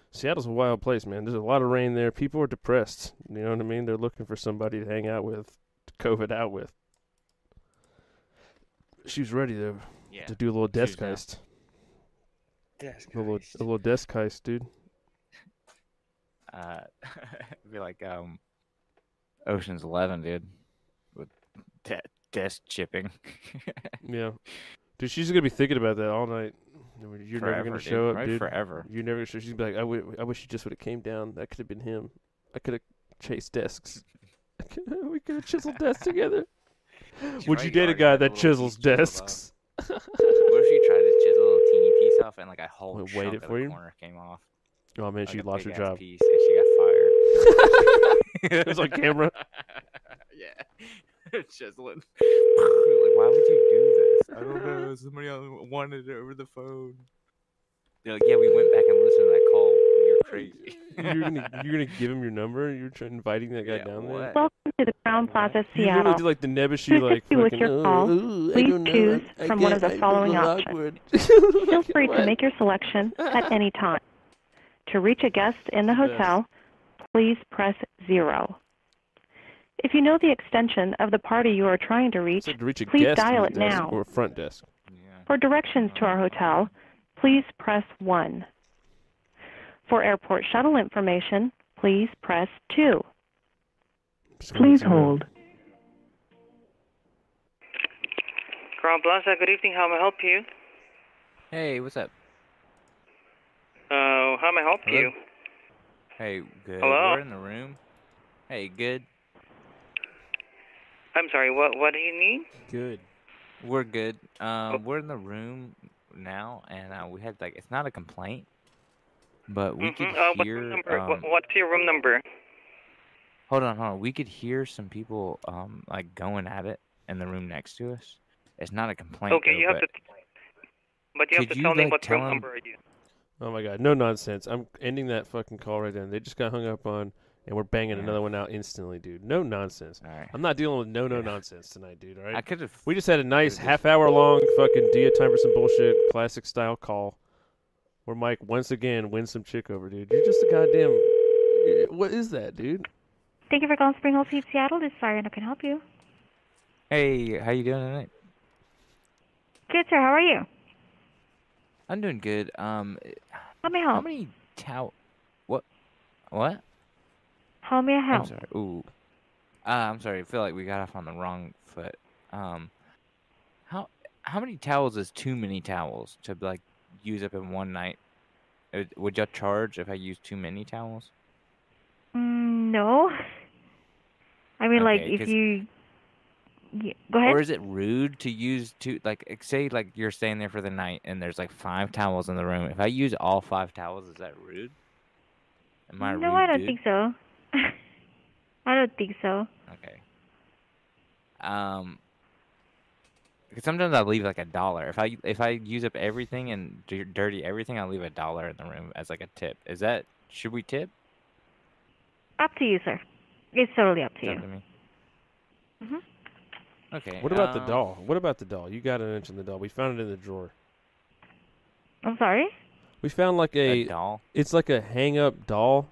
[SPEAKER 5] Seattle's a wild place, man. There's a lot of rain there. People are depressed. You know what I mean? They're looking for somebody to hang out with, to COVID out with. She was ready though
[SPEAKER 6] Yeah.
[SPEAKER 5] to do a little desk
[SPEAKER 6] down.
[SPEAKER 5] heist, a little a little desk heist, dude.
[SPEAKER 6] uh, it'd be like um, Ocean's Eleven, dude, with de- desk chipping.
[SPEAKER 5] Yeah, dude, she's gonna be thinking about that all night. You're never
[SPEAKER 6] Forever,
[SPEAKER 5] gonna
[SPEAKER 6] dude.
[SPEAKER 5] show up,
[SPEAKER 6] Probably
[SPEAKER 5] dude.
[SPEAKER 6] Forever.
[SPEAKER 5] You're never sure. She's gonna be like, I, w- I wish you just would have came down. That could have been him. I could have chased desks. I coulda- we could have chiseled desks together. Would
[SPEAKER 6] might
[SPEAKER 5] you date a
[SPEAKER 6] already
[SPEAKER 5] guy
[SPEAKER 6] have a
[SPEAKER 5] that
[SPEAKER 6] little
[SPEAKER 5] chisels
[SPEAKER 6] piece chiseled off.
[SPEAKER 5] desks?
[SPEAKER 6] What if she tried to chisel a little teeny piece off and like a whole
[SPEAKER 5] Wait, wait
[SPEAKER 6] chunk
[SPEAKER 5] it
[SPEAKER 6] of
[SPEAKER 5] for
[SPEAKER 6] the
[SPEAKER 5] you?
[SPEAKER 6] corner came off?
[SPEAKER 5] Oh man,
[SPEAKER 6] like
[SPEAKER 5] she
[SPEAKER 6] a
[SPEAKER 5] lost her
[SPEAKER 6] big-ass
[SPEAKER 5] job.
[SPEAKER 6] Piece and she got fired.
[SPEAKER 5] it was on camera.
[SPEAKER 6] yeah, chiseling. like, why would you do this? I don't know. Somebody else wanted it over the phone. They're like, yeah, we went back and listened to that call. You're crazy.
[SPEAKER 5] You're gonna you're gonna give him your number. You're try- inviting that guy
[SPEAKER 6] Yeah,
[SPEAKER 5] down there.
[SPEAKER 6] what?
[SPEAKER 9] Welcome to the Crown Plaza,
[SPEAKER 5] You literally
[SPEAKER 9] Seattle.
[SPEAKER 5] did like the Nebuchadnezzar like
[SPEAKER 9] Please proceed with
[SPEAKER 5] fucking,
[SPEAKER 9] your call.
[SPEAKER 5] "Oh, ooh, I
[SPEAKER 9] Please
[SPEAKER 5] don't know,
[SPEAKER 9] choose
[SPEAKER 5] I
[SPEAKER 9] from one of
[SPEAKER 5] guess
[SPEAKER 9] the
[SPEAKER 5] I
[SPEAKER 9] following
[SPEAKER 5] feel
[SPEAKER 9] options.
[SPEAKER 5] awkward."
[SPEAKER 9] Feel free to
[SPEAKER 5] What?
[SPEAKER 9] make your selection at any time. To reach a guest in the
[SPEAKER 5] Yes.
[SPEAKER 9] hotel, please press zero. If you know the extension of the party you are trying to reach,
[SPEAKER 5] Said to reach a
[SPEAKER 9] please
[SPEAKER 5] guest
[SPEAKER 9] dial
[SPEAKER 5] lead
[SPEAKER 9] it
[SPEAKER 5] desk
[SPEAKER 9] now.
[SPEAKER 5] or front desk.
[SPEAKER 9] For directions to our hotel, please press 1. For airport shuttle information, please press 2.
[SPEAKER 5] Please hold.
[SPEAKER 12] Crown Plaza, good evening. How may I help you?
[SPEAKER 6] Hey, what's up?
[SPEAKER 12] Uh, how may I help
[SPEAKER 6] Hello?
[SPEAKER 12] you?
[SPEAKER 6] Hey, good.
[SPEAKER 12] Hello?
[SPEAKER 6] We're in the room. Hey, good.
[SPEAKER 12] I'm sorry, what what do you need?
[SPEAKER 6] Good. We're good.
[SPEAKER 12] Oh.
[SPEAKER 6] Um, we're in the room now, and uh, we had like it's not a complaint, but we
[SPEAKER 12] Mhm,
[SPEAKER 6] could
[SPEAKER 12] uh, what
[SPEAKER 6] hear.
[SPEAKER 12] number,
[SPEAKER 6] um,
[SPEAKER 12] what, what's your room number?
[SPEAKER 6] Hold on, hold on. We could hear some people um like going at it in the room next to us. It's not a complaint.
[SPEAKER 12] okay,
[SPEAKER 6] though,
[SPEAKER 12] you have
[SPEAKER 6] but-
[SPEAKER 12] to But you have
[SPEAKER 6] Could
[SPEAKER 12] to
[SPEAKER 6] you,
[SPEAKER 12] tell me
[SPEAKER 6] like,
[SPEAKER 12] what
[SPEAKER 6] tell
[SPEAKER 12] room
[SPEAKER 6] 'em-
[SPEAKER 12] number are you?
[SPEAKER 5] Oh my god, no nonsense. I'm ending that fucking call right there. They just got hung up on, and we're banging another one out instantly, dude. No nonsense. I'm not dealing with no no nonsense tonight, dude. All right.
[SPEAKER 6] I could've-
[SPEAKER 5] We just had a nice half hour long fucking dia time for some bullshit classic style call, where Mike once again wins some chick over, dude. You're just a goddamn. What is that, dude?
[SPEAKER 13] Thank you for calling Spring Hill Suites Seattle. This is Siren. How can I help you?
[SPEAKER 6] Hey, how you doing tonight?
[SPEAKER 13] Good, sir. How are you?
[SPEAKER 6] I'm doing good. Um,
[SPEAKER 13] How may I
[SPEAKER 12] Oh.
[SPEAKER 6] how
[SPEAKER 13] help?
[SPEAKER 6] many towel? What? What?
[SPEAKER 13] How may I
[SPEAKER 6] I'm
[SPEAKER 13] help?
[SPEAKER 6] sorry. Ooh. Uh, I'm sorry. I feel like we got off on the wrong foot. Um, how how many towels is too many towels to like use up in one night? Uh, Would y'all charge if I use too many towels?
[SPEAKER 13] Mm, no. I mean, like,
[SPEAKER 6] Okay,
[SPEAKER 13] if
[SPEAKER 6] 'cause-
[SPEAKER 13] you. Yeah, go ahead.
[SPEAKER 6] Or is it rude to use two? Like, ex- say, like you're staying there for the night, and there's like five towels in the room. If I use all five towels, is that rude? Am I a
[SPEAKER 13] no,
[SPEAKER 6] rude
[SPEAKER 13] I don't
[SPEAKER 6] dude?
[SPEAKER 13] think so. I don't think so.
[SPEAKER 6] Okay. Um. 'cause sometimes I leave like a dollar. If I if I use up everything and dir- dirty everything, I leave a dollar in the room as like a tip. Is that should we tip?
[SPEAKER 13] Up to you, sir. It's totally up to
[SPEAKER 6] It's
[SPEAKER 13] you.
[SPEAKER 6] up to me. Okay.
[SPEAKER 5] What about the
[SPEAKER 6] um,
[SPEAKER 5] doll? What about the doll? You got an inch in the doll. We found it in the drawer.
[SPEAKER 13] I'm sorry?
[SPEAKER 5] We found like a,
[SPEAKER 6] doll.
[SPEAKER 5] It's like a hang up doll,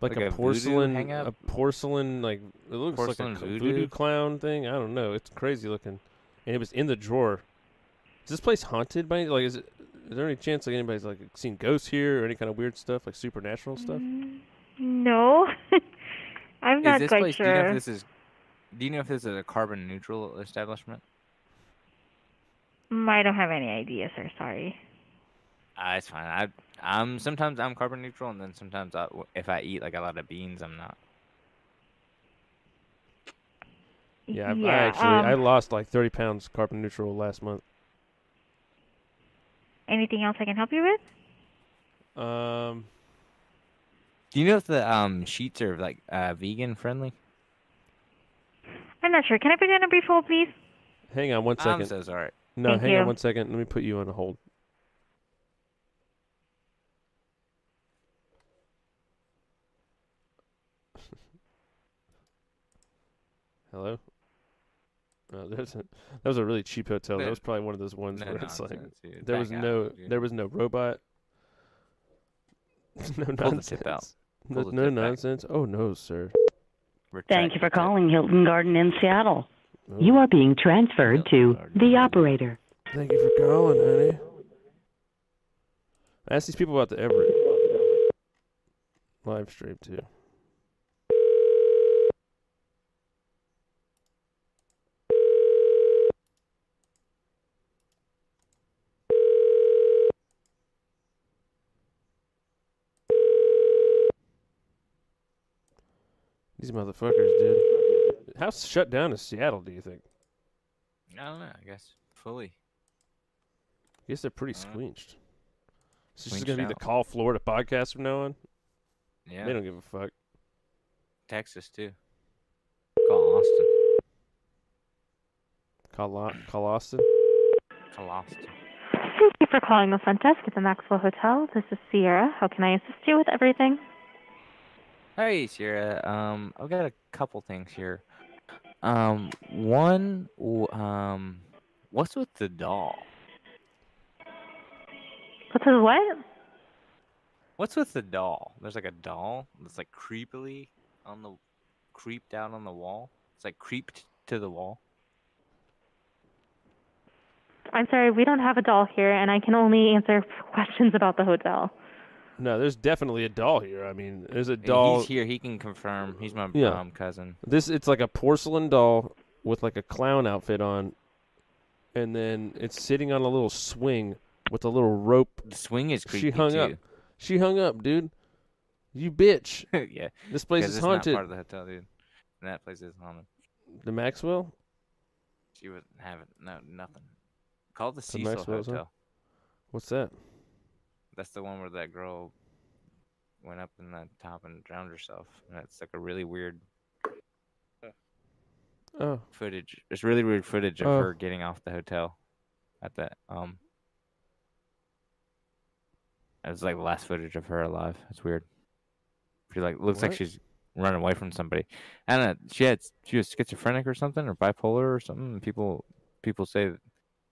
[SPEAKER 5] like,
[SPEAKER 6] Like a
[SPEAKER 5] a
[SPEAKER 6] voodoo
[SPEAKER 5] porcelain,
[SPEAKER 6] hang-up?
[SPEAKER 5] a porcelain like it looks
[SPEAKER 6] Porcelain
[SPEAKER 5] like a c-
[SPEAKER 6] voodoo?
[SPEAKER 5] clown thing. I don't know. It's crazy looking, and it was in the drawer. Is this place haunted by any- like? Is it? Is there any chance like anybody's like seen ghosts here or any kind of weird stuff like supernatural stuff?
[SPEAKER 13] No. I'm
[SPEAKER 6] is
[SPEAKER 13] not
[SPEAKER 6] this
[SPEAKER 13] quite
[SPEAKER 6] place?
[SPEAKER 13] sure.
[SPEAKER 6] Do you know if this is? Do you know if this is a carbon neutral establishment?
[SPEAKER 13] Mm, I don't have any idea, sir. Sorry.
[SPEAKER 6] Uh, it's fine. I I'm sometimes I'm carbon neutral, and then sometimes I, if I eat like a lot of beans, I'm not.
[SPEAKER 5] Yeah, I've, I
[SPEAKER 13] yeah,
[SPEAKER 5] actually I
[SPEAKER 13] um,
[SPEAKER 5] lost like thirty pounds carbon neutral last month.
[SPEAKER 13] Anything else I can help you with?
[SPEAKER 5] Um,
[SPEAKER 6] Do you know if the um sheets are like uh, vegan friendly?
[SPEAKER 13] I'm not sure. Can I put you on a brief hold, please?
[SPEAKER 5] hang on one
[SPEAKER 6] I'm
[SPEAKER 5] second.
[SPEAKER 6] so sorry.
[SPEAKER 5] No,
[SPEAKER 13] Thank
[SPEAKER 5] hang
[SPEAKER 13] you.
[SPEAKER 5] on one second. Let me put you on hold. Hello. No, there's a, that was a really cheap hotel. That
[SPEAKER 6] No-
[SPEAKER 5] was probably one of those ones
[SPEAKER 6] no
[SPEAKER 5] where it's like
[SPEAKER 6] nonsense, dude.
[SPEAKER 5] there was
[SPEAKER 6] Back out,
[SPEAKER 5] no
[SPEAKER 6] dude.
[SPEAKER 5] there was no robot. no
[SPEAKER 6] Pull the tip out.
[SPEAKER 5] nonsense. No,
[SPEAKER 6] Pull the
[SPEAKER 5] no
[SPEAKER 6] tip back.
[SPEAKER 5] nonsense. Oh no, sir.
[SPEAKER 14] Thank you for calling Hilton Garden in Seattle. You are being transferred to the operator.
[SPEAKER 5] Thank you for calling, honey. I asked these people about the Everett live stream too. These motherfuckers, dude. How shut down is Seattle? Do you think?
[SPEAKER 6] I don't know. I guess fully.
[SPEAKER 5] I guess they're pretty squinched. This is
[SPEAKER 6] Squinched
[SPEAKER 5] gonna be the
[SPEAKER 6] out.
[SPEAKER 5] Call Florida podcast from now on.
[SPEAKER 6] Yeah.
[SPEAKER 5] They don't give a fuck.
[SPEAKER 6] Texas too. Call Austin.
[SPEAKER 5] Call Lo- Call Austin.
[SPEAKER 6] Call Austin.
[SPEAKER 15] Thank you for calling the front desk at the Maxwell Hotel. This is Sierra. How can I assist you with everything?
[SPEAKER 6] Hey Sierra. Um, I've got a couple things here. Um, one. w- Um, what's with the doll?
[SPEAKER 15] What's with what?
[SPEAKER 6] What's with the doll? There's like a doll that's like creepily on the creeped out on the wall? It's like creeped to the wall.
[SPEAKER 15] I'm sorry, we don't have a doll here, and I can only answer questions about the hotel.
[SPEAKER 5] No, there's definitely a doll here. I mean, there's a
[SPEAKER 6] He's
[SPEAKER 5] doll.
[SPEAKER 6] here. He can confirm. He's my
[SPEAKER 5] Yeah.
[SPEAKER 6] um, cousin.
[SPEAKER 5] This it's like a porcelain doll with like a clown outfit on, and then it's sitting on a little swing with a little rope. The
[SPEAKER 6] swing is
[SPEAKER 5] She
[SPEAKER 6] creepy,
[SPEAKER 5] hung up.
[SPEAKER 6] too.
[SPEAKER 5] She hung up, dude. You bitch.
[SPEAKER 6] yeah.
[SPEAKER 5] This place
[SPEAKER 6] Because
[SPEAKER 5] is
[SPEAKER 6] it's not
[SPEAKER 5] haunted.
[SPEAKER 6] part of the hotel, dude. And that place is haunted.
[SPEAKER 5] The Maxwell.
[SPEAKER 6] She wouldn't have it. No, nothing. Call the
[SPEAKER 5] The
[SPEAKER 6] Cecil
[SPEAKER 5] Maxwell's, huh?
[SPEAKER 6] Hotel.
[SPEAKER 5] What's that?
[SPEAKER 6] That's the one where that girl went up in the top and drowned herself. And it's like a really weird
[SPEAKER 5] Oh.
[SPEAKER 6] footage. It's really weird footage of
[SPEAKER 5] Oh.
[SPEAKER 6] her getting off the hotel at that um it was like the last footage of her alive. It's weird. She like looks like
[SPEAKER 16] What?
[SPEAKER 6] she's running away from somebody. I don't know. She had she was schizophrenic or something or bipolar or something. and People people say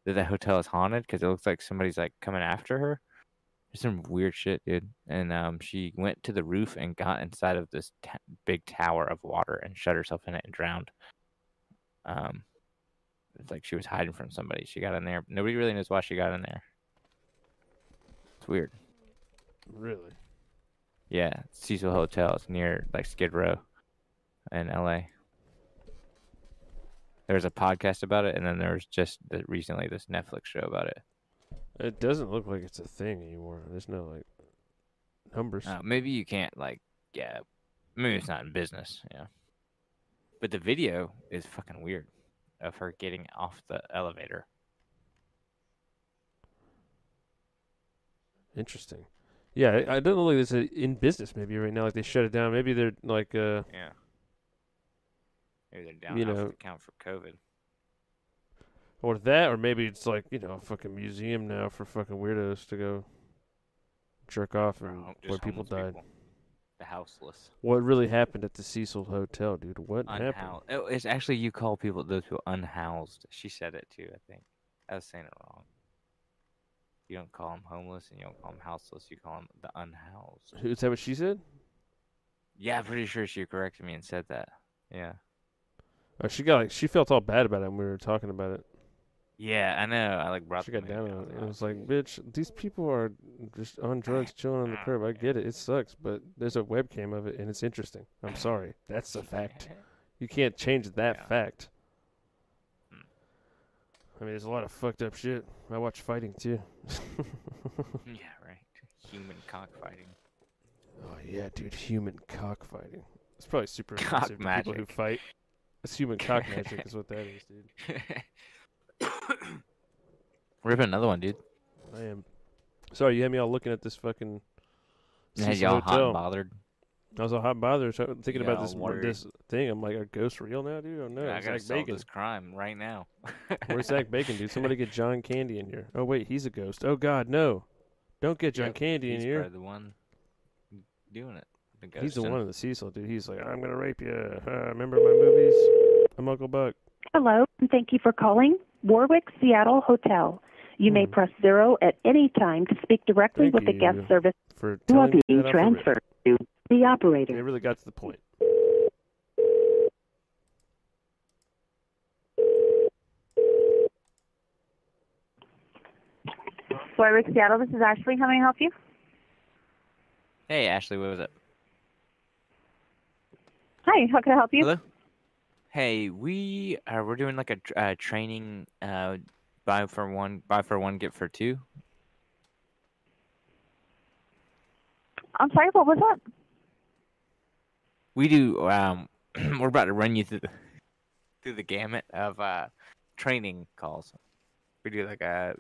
[SPEAKER 6] that that hotel is haunted because it looks like somebody's like coming after her. There's some weird shit, dude. And um, she went to the roof and got inside of this t- big tower of water and shut herself in it and drowned. Um, it's like she was hiding from somebody. She got in there. Nobody really knows why she got in there. It's weird.
[SPEAKER 5] Really?
[SPEAKER 6] Yeah, Cecil Hotel. It's near like Skid Row, in L.A. There's a podcast about it, and then there's just the, recently this Netflix show about it.
[SPEAKER 5] It doesn't look like it's a thing anymore. There's no like numbers.
[SPEAKER 6] Uh, maybe you can't like, yeah, maybe it's not in business. Yeah, but the video is fucking weird of her getting off the elevator.
[SPEAKER 5] Interesting. Yeah, I, I don't know. Like this uh, in business maybe right now. Like they shut it down. Maybe they're like uh
[SPEAKER 6] Yeah. Maybe they're down
[SPEAKER 5] You
[SPEAKER 6] off
[SPEAKER 5] know-
[SPEAKER 6] the count for COVID.
[SPEAKER 5] or that or maybe it's like you know a fucking museum now for fucking weirdos to go jerk off and
[SPEAKER 6] Hom- just
[SPEAKER 5] where people
[SPEAKER 6] homeless
[SPEAKER 5] died.
[SPEAKER 6] The houseless.
[SPEAKER 5] What really happened at the Cecil Hotel, dude? What happened?
[SPEAKER 6] Unhoused. Oh, it's actually you call people those people unhoused. She said it too. I think I was saying it wrong. You don't call them homeless, and you don't call them houseless. You call them the unhoused.
[SPEAKER 5] Who- Is that what she said?
[SPEAKER 6] Yeah, I'm pretty sure she corrected me and said that. Yeah.
[SPEAKER 5] Oh, she got like she felt all bad about it when we were talking about it.
[SPEAKER 6] Yeah, I know. I like brought
[SPEAKER 5] She
[SPEAKER 6] them
[SPEAKER 5] got
[SPEAKER 6] in.
[SPEAKER 5] down on it. and I was like, bitch, these people are just on drugs, chilling on the curb. I get it. It sucks, but there's a webcam of it and it's interesting. I'm sorry. That's a fact. You can't change that fact. I mean, there's a lot of fucked up shit. I watch fighting too.
[SPEAKER 6] Yeah, right. Human cockfighting.
[SPEAKER 5] oh, yeah, dude. Human cockfighting. It's probably super
[SPEAKER 6] Cock
[SPEAKER 5] offensive to people who
[SPEAKER 6] magic.
[SPEAKER 5] fight. It's human cock magic, is what that is, dude.
[SPEAKER 6] Rip another one, dude.
[SPEAKER 5] I am. Sorry, you had me all looking at this fucking.
[SPEAKER 6] Yeah, you
[SPEAKER 5] Cecil
[SPEAKER 6] all hot and
[SPEAKER 5] Hotel.
[SPEAKER 6] bothered.
[SPEAKER 5] I was all hot and bothered. So I'm thinking
[SPEAKER 6] Yeah,
[SPEAKER 5] about this
[SPEAKER 6] all
[SPEAKER 5] mor-
[SPEAKER 6] worried.
[SPEAKER 5] this thing. I'm like, are ghosts real now, dude? Oh no,
[SPEAKER 6] I
[SPEAKER 5] Zach
[SPEAKER 6] gotta solve
[SPEAKER 5] Bacon.
[SPEAKER 6] this crime right now.
[SPEAKER 5] Where's Zach Bacon, dude? Somebody get John Candy in here. Oh wait, he's a ghost. Oh god, no! Don't get John Candy in
[SPEAKER 6] He's
[SPEAKER 5] here.
[SPEAKER 6] probably the one doing it. The
[SPEAKER 5] He's the
[SPEAKER 6] ghosting.
[SPEAKER 5] one in the Cecil, dude. He's like, I'm gonna rape you. Uh, remember my movies? I'm Uncle Buck.
[SPEAKER 17] Hello, and thank you for calling Warwick Seattle Hotel. You may press zero at any time to speak directly
[SPEAKER 5] Hmm.
[SPEAKER 17] with
[SPEAKER 5] Thank
[SPEAKER 17] the
[SPEAKER 5] you
[SPEAKER 17] guest service.
[SPEAKER 5] for
[SPEAKER 17] You are
[SPEAKER 5] telling me
[SPEAKER 17] being
[SPEAKER 5] that I'm a rip.
[SPEAKER 17] transferred to the operator.
[SPEAKER 5] They really got to the point.
[SPEAKER 18] Warwick, Seattle. This is Ashley. How may I help you?
[SPEAKER 6] Hey, Ashley, what was it?
[SPEAKER 18] Hi. How can I help you?
[SPEAKER 6] Hello. Hey, we uh, we're doing like a tr- uh, training uh, buy for one, buy for one, get for two.
[SPEAKER 18] I'm sorry. What was that?
[SPEAKER 6] We do. Um, we're about to run you through the, through the gamut of uh, training calls. We do like a.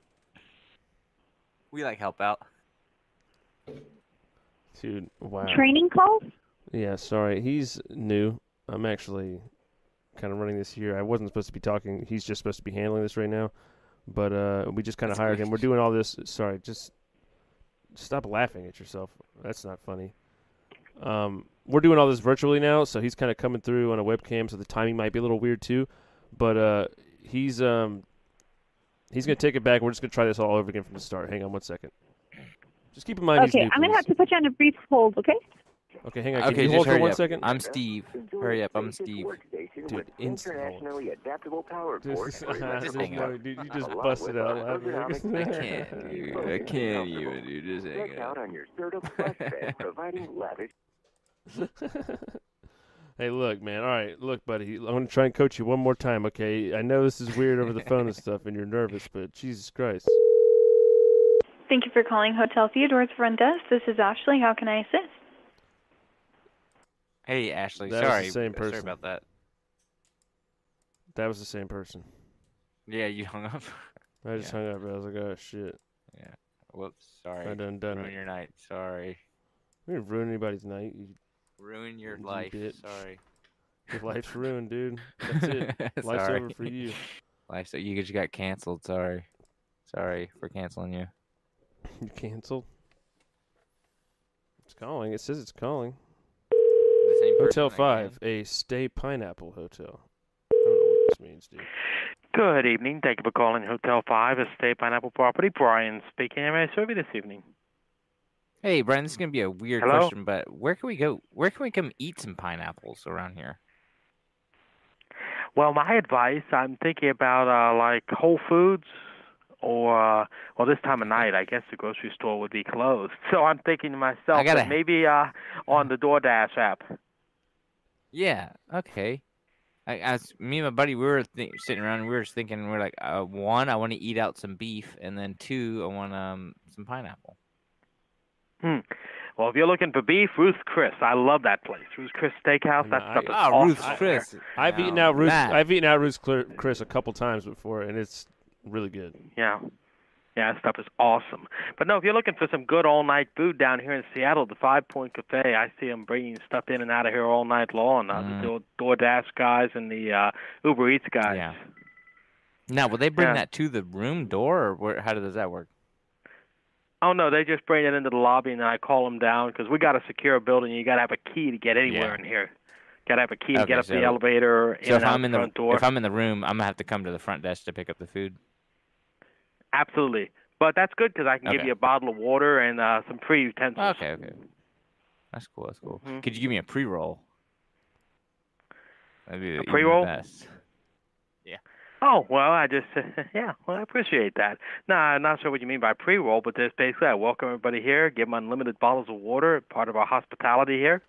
[SPEAKER 6] We like help out.
[SPEAKER 5] Dude, wow.
[SPEAKER 18] Training calls?
[SPEAKER 5] Yeah, sorry. He's new. I'm actually kind of running this here. I wasn't supposed to be talking. He's just supposed to be handling this right now. But uh, we just kind of hired him. We're doing all this. Sorry, just stop laughing at yourself. That's not funny. Um, we're doing all this virtually now, so he's kind of coming through on a webcam, so the timing might be a little weird too. But uh, he's um, he's gonna take it back. We're just gonna try this all over again from the start. Hang on one second. Just keep in mind he's
[SPEAKER 18] okay,
[SPEAKER 5] new.
[SPEAKER 18] I'm gonna
[SPEAKER 5] please.
[SPEAKER 18] have to put you on a brief hold. Okay.
[SPEAKER 5] Okay, hang on. Can
[SPEAKER 6] okay,
[SPEAKER 5] you
[SPEAKER 6] just
[SPEAKER 5] hold for
[SPEAKER 6] hurry
[SPEAKER 5] one
[SPEAKER 6] up.
[SPEAKER 5] second?
[SPEAKER 6] I'm Steve. Hurry up, I'm Steve.
[SPEAKER 5] Dude, instantly.
[SPEAKER 16] adaptable power
[SPEAKER 5] This
[SPEAKER 16] cord
[SPEAKER 5] is-
[SPEAKER 16] and
[SPEAKER 5] there's
[SPEAKER 16] electrical
[SPEAKER 5] no-
[SPEAKER 16] power.
[SPEAKER 5] dude, you
[SPEAKER 16] A
[SPEAKER 5] just
[SPEAKER 16] lot
[SPEAKER 5] busted
[SPEAKER 16] with
[SPEAKER 5] out
[SPEAKER 16] less
[SPEAKER 5] laughing.
[SPEAKER 16] ergonomic
[SPEAKER 5] I
[SPEAKER 16] and focus and
[SPEAKER 5] can't,
[SPEAKER 6] dude. I can't
[SPEAKER 16] comfortable.
[SPEAKER 6] even, dude. Just hang
[SPEAKER 16] Check out on your Certa Plus Fed, providing lavish
[SPEAKER 5] Hey, look, man. All right, look, buddy. I'm gonna try and coach you one more time, okay? I know this is weird over the phone and stuff, and you're nervous, but Jesus Christ.
[SPEAKER 19] Thank you for calling Hotel Theodore's front desk. This is Ashley. How can I assist?
[SPEAKER 6] Hey, Ashley.
[SPEAKER 5] That was the
[SPEAKER 6] sorry.
[SPEAKER 5] same person.
[SPEAKER 6] Sorry about that.
[SPEAKER 5] That was the same person.
[SPEAKER 6] Yeah, you hung up.
[SPEAKER 5] I just hung up. I was like, oh shit.
[SPEAKER 6] Yeah. Whoops. Sorry.
[SPEAKER 5] I done done
[SPEAKER 6] Ruin
[SPEAKER 5] it.
[SPEAKER 6] your night. Sorry.
[SPEAKER 5] We didn't ruin anybody's night. You,
[SPEAKER 6] Ruin your
[SPEAKER 5] you
[SPEAKER 6] life.
[SPEAKER 5] bitch.
[SPEAKER 6] Sorry.
[SPEAKER 5] Your life's ruined, dude. That's it. Life's
[SPEAKER 6] Sorry.
[SPEAKER 5] over for you.
[SPEAKER 6] Life. So you just got canceled. Sorry. Sorry for canceling you.
[SPEAKER 5] You canceled. It's calling. It says it's calling. hotel Five, a Stay Pineapple Hotel. I don't know what this means, dude.
[SPEAKER 11] Good evening. Thank you for calling Hotel 5 Estate Pineapple Property. Brian speaking. How may I serve you this evening?
[SPEAKER 6] Hey, Brian. This is gonna be a weird
[SPEAKER 11] Hello?
[SPEAKER 6] question, but where can we go? Where can we come eat some pineapples around here?
[SPEAKER 11] Well, my advice, I'm thinking about uh, like Whole Foods or, uh, well, this time of night, I guess the grocery store would be closed. So I'm thinking to myself,
[SPEAKER 6] I gotta-
[SPEAKER 11] that maybe uh, on the DoorDash app.
[SPEAKER 6] Yeah. Okay. I, I was, me and my buddy, we were th- sitting around. and We were just thinking. We are like, uh, one, I want to eat out some beef, and then two, I want um some pineapple.
[SPEAKER 11] Hmm. Well, if you're looking for beef, Ruth's Chris. I love that place. Ruth's Chris Steakhouse. That stuff is
[SPEAKER 6] oh,
[SPEAKER 5] Ah,
[SPEAKER 11] awesome
[SPEAKER 5] Ruth's
[SPEAKER 11] out
[SPEAKER 5] Chris.
[SPEAKER 11] there.
[SPEAKER 5] I've eaten out Ruth. I've eaten out Ruth's Clear, Chris a couple times before, and it's really good.
[SPEAKER 11] Yeah. Yeah, that stuff is awesome. But no, if you're looking for some good all night food down here in Seattle, the Five Point Cafe, I see them bringing stuff in and out of here all night long. Uh,
[SPEAKER 6] Mm.
[SPEAKER 11] The Door, DoorDash guys and the uh, Uber Eats guys.
[SPEAKER 6] Yeah. Now, will they bring
[SPEAKER 11] Yeah.
[SPEAKER 6] that to the room door, or where, how does that work?
[SPEAKER 11] Oh no, they just bring it into the lobby and then I call them down because we got to secure a building. You got to have a key to get anywhere
[SPEAKER 6] Yeah.
[SPEAKER 11] in here. Got to have a key to
[SPEAKER 6] Okay,
[SPEAKER 11] get up
[SPEAKER 6] so-
[SPEAKER 11] the elevator, in
[SPEAKER 6] So if
[SPEAKER 11] and out
[SPEAKER 6] I'm in
[SPEAKER 11] the
[SPEAKER 6] the
[SPEAKER 11] front door.
[SPEAKER 6] if I'm in the room, I'm gonna have to come to the front desk to pick up the food.
[SPEAKER 11] Absolutely. But that's good because I can give
[SPEAKER 6] Okay.
[SPEAKER 11] you a bottle of water and uh, some free utensils.
[SPEAKER 6] Okay, okay. That's cool. That's cool.
[SPEAKER 11] Mhm.
[SPEAKER 6] Could you give me a pre-roll? That'd be even the
[SPEAKER 11] pre-roll?
[SPEAKER 6] best.
[SPEAKER 11] Oh well, I just yeah, well I appreciate that. No, I'm not sure what you mean by pre-roll, but there's basically I welcome everybody here, give them unlimited bottles of water, part of our hospitality here.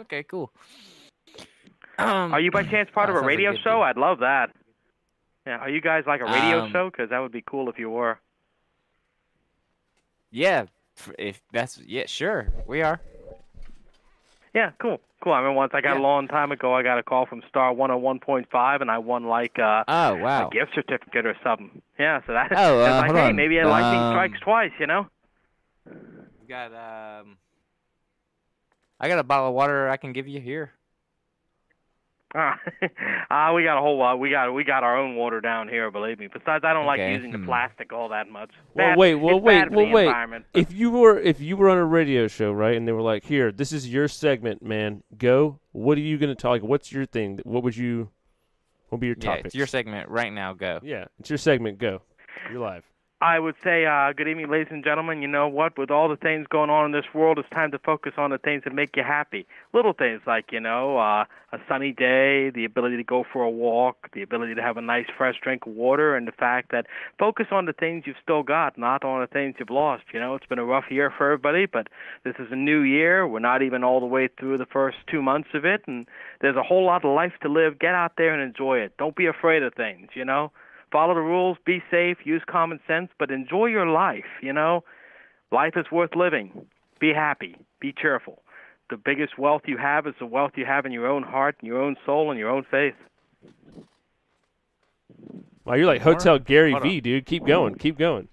[SPEAKER 6] Okay, cool.
[SPEAKER 11] Are you by chance part
[SPEAKER 6] oh,
[SPEAKER 11] of a
[SPEAKER 6] sounds like
[SPEAKER 11] radio
[SPEAKER 6] good
[SPEAKER 11] show? I'd love that. Yeah, are you guys like a radio
[SPEAKER 6] Um,
[SPEAKER 11] show? Because that would be cool if you were.
[SPEAKER 6] Yeah, f- if that's yeah, sure, we are.
[SPEAKER 11] Yeah, cool, cool. I mean, once I got a long time ago, I got a call from Star 101.5, and I won like uh,
[SPEAKER 6] Oh wow.
[SPEAKER 11] a gift certificate or something. Yeah, so that
[SPEAKER 6] Oh,
[SPEAKER 11] that's
[SPEAKER 6] uh,
[SPEAKER 11] like,
[SPEAKER 6] hold
[SPEAKER 11] hey,
[SPEAKER 6] on.
[SPEAKER 11] maybe lightning
[SPEAKER 6] Um,
[SPEAKER 11] strikes twice, you know?
[SPEAKER 6] We got um. I got a bottle of water I can give you here.
[SPEAKER 11] Ah, uh, we got a whole lot. We got we got our own water down here. Believe me. Besides, I don't
[SPEAKER 6] Okay,
[SPEAKER 11] like using
[SPEAKER 6] hmm.
[SPEAKER 11] the plastic all that much.
[SPEAKER 5] Well,
[SPEAKER 11] Bad-
[SPEAKER 5] wait, well,
[SPEAKER 11] it's
[SPEAKER 5] wait,
[SPEAKER 11] bad for
[SPEAKER 5] well,
[SPEAKER 11] the
[SPEAKER 5] wait.
[SPEAKER 11] environment.
[SPEAKER 5] If you were, if you were on a radio show, right, and they were like, "Here, this is your segment, man. Go. What are you gonna talk? Like, what's your thing? What would you? What would be your
[SPEAKER 6] Yeah,
[SPEAKER 5] topic?
[SPEAKER 6] it's your segment right now. Go.
[SPEAKER 5] Yeah, it's your segment. Go. You're live.
[SPEAKER 11] I would say, uh, good evening, ladies and gentlemen. You know what? With all the things going on in this world, it's time to focus on the things that make you happy. Little things like, you know, uh, a sunny day, the ability to go for a walk, the ability to have a nice fresh drink of water, and the fact that focus on the things you've still got, not on the things you've lost. You know, it's been a rough year for everybody, but this is a new year. We're not even all the way through the first two months of it, and there's a whole lot of life to live. Get out there and enjoy it. Don't be afraid of things, you know? follow the rules, be safe, use common sense, but enjoy your life, you know? Life is worth living. Be happy, be cheerful. The biggest wealth you have is the wealth you have in your own heart, and your own soul, and your own faith.
[SPEAKER 5] Wow, you're like Hotel Gary
[SPEAKER 11] Hold
[SPEAKER 5] V, dude. Keep going. Keep going.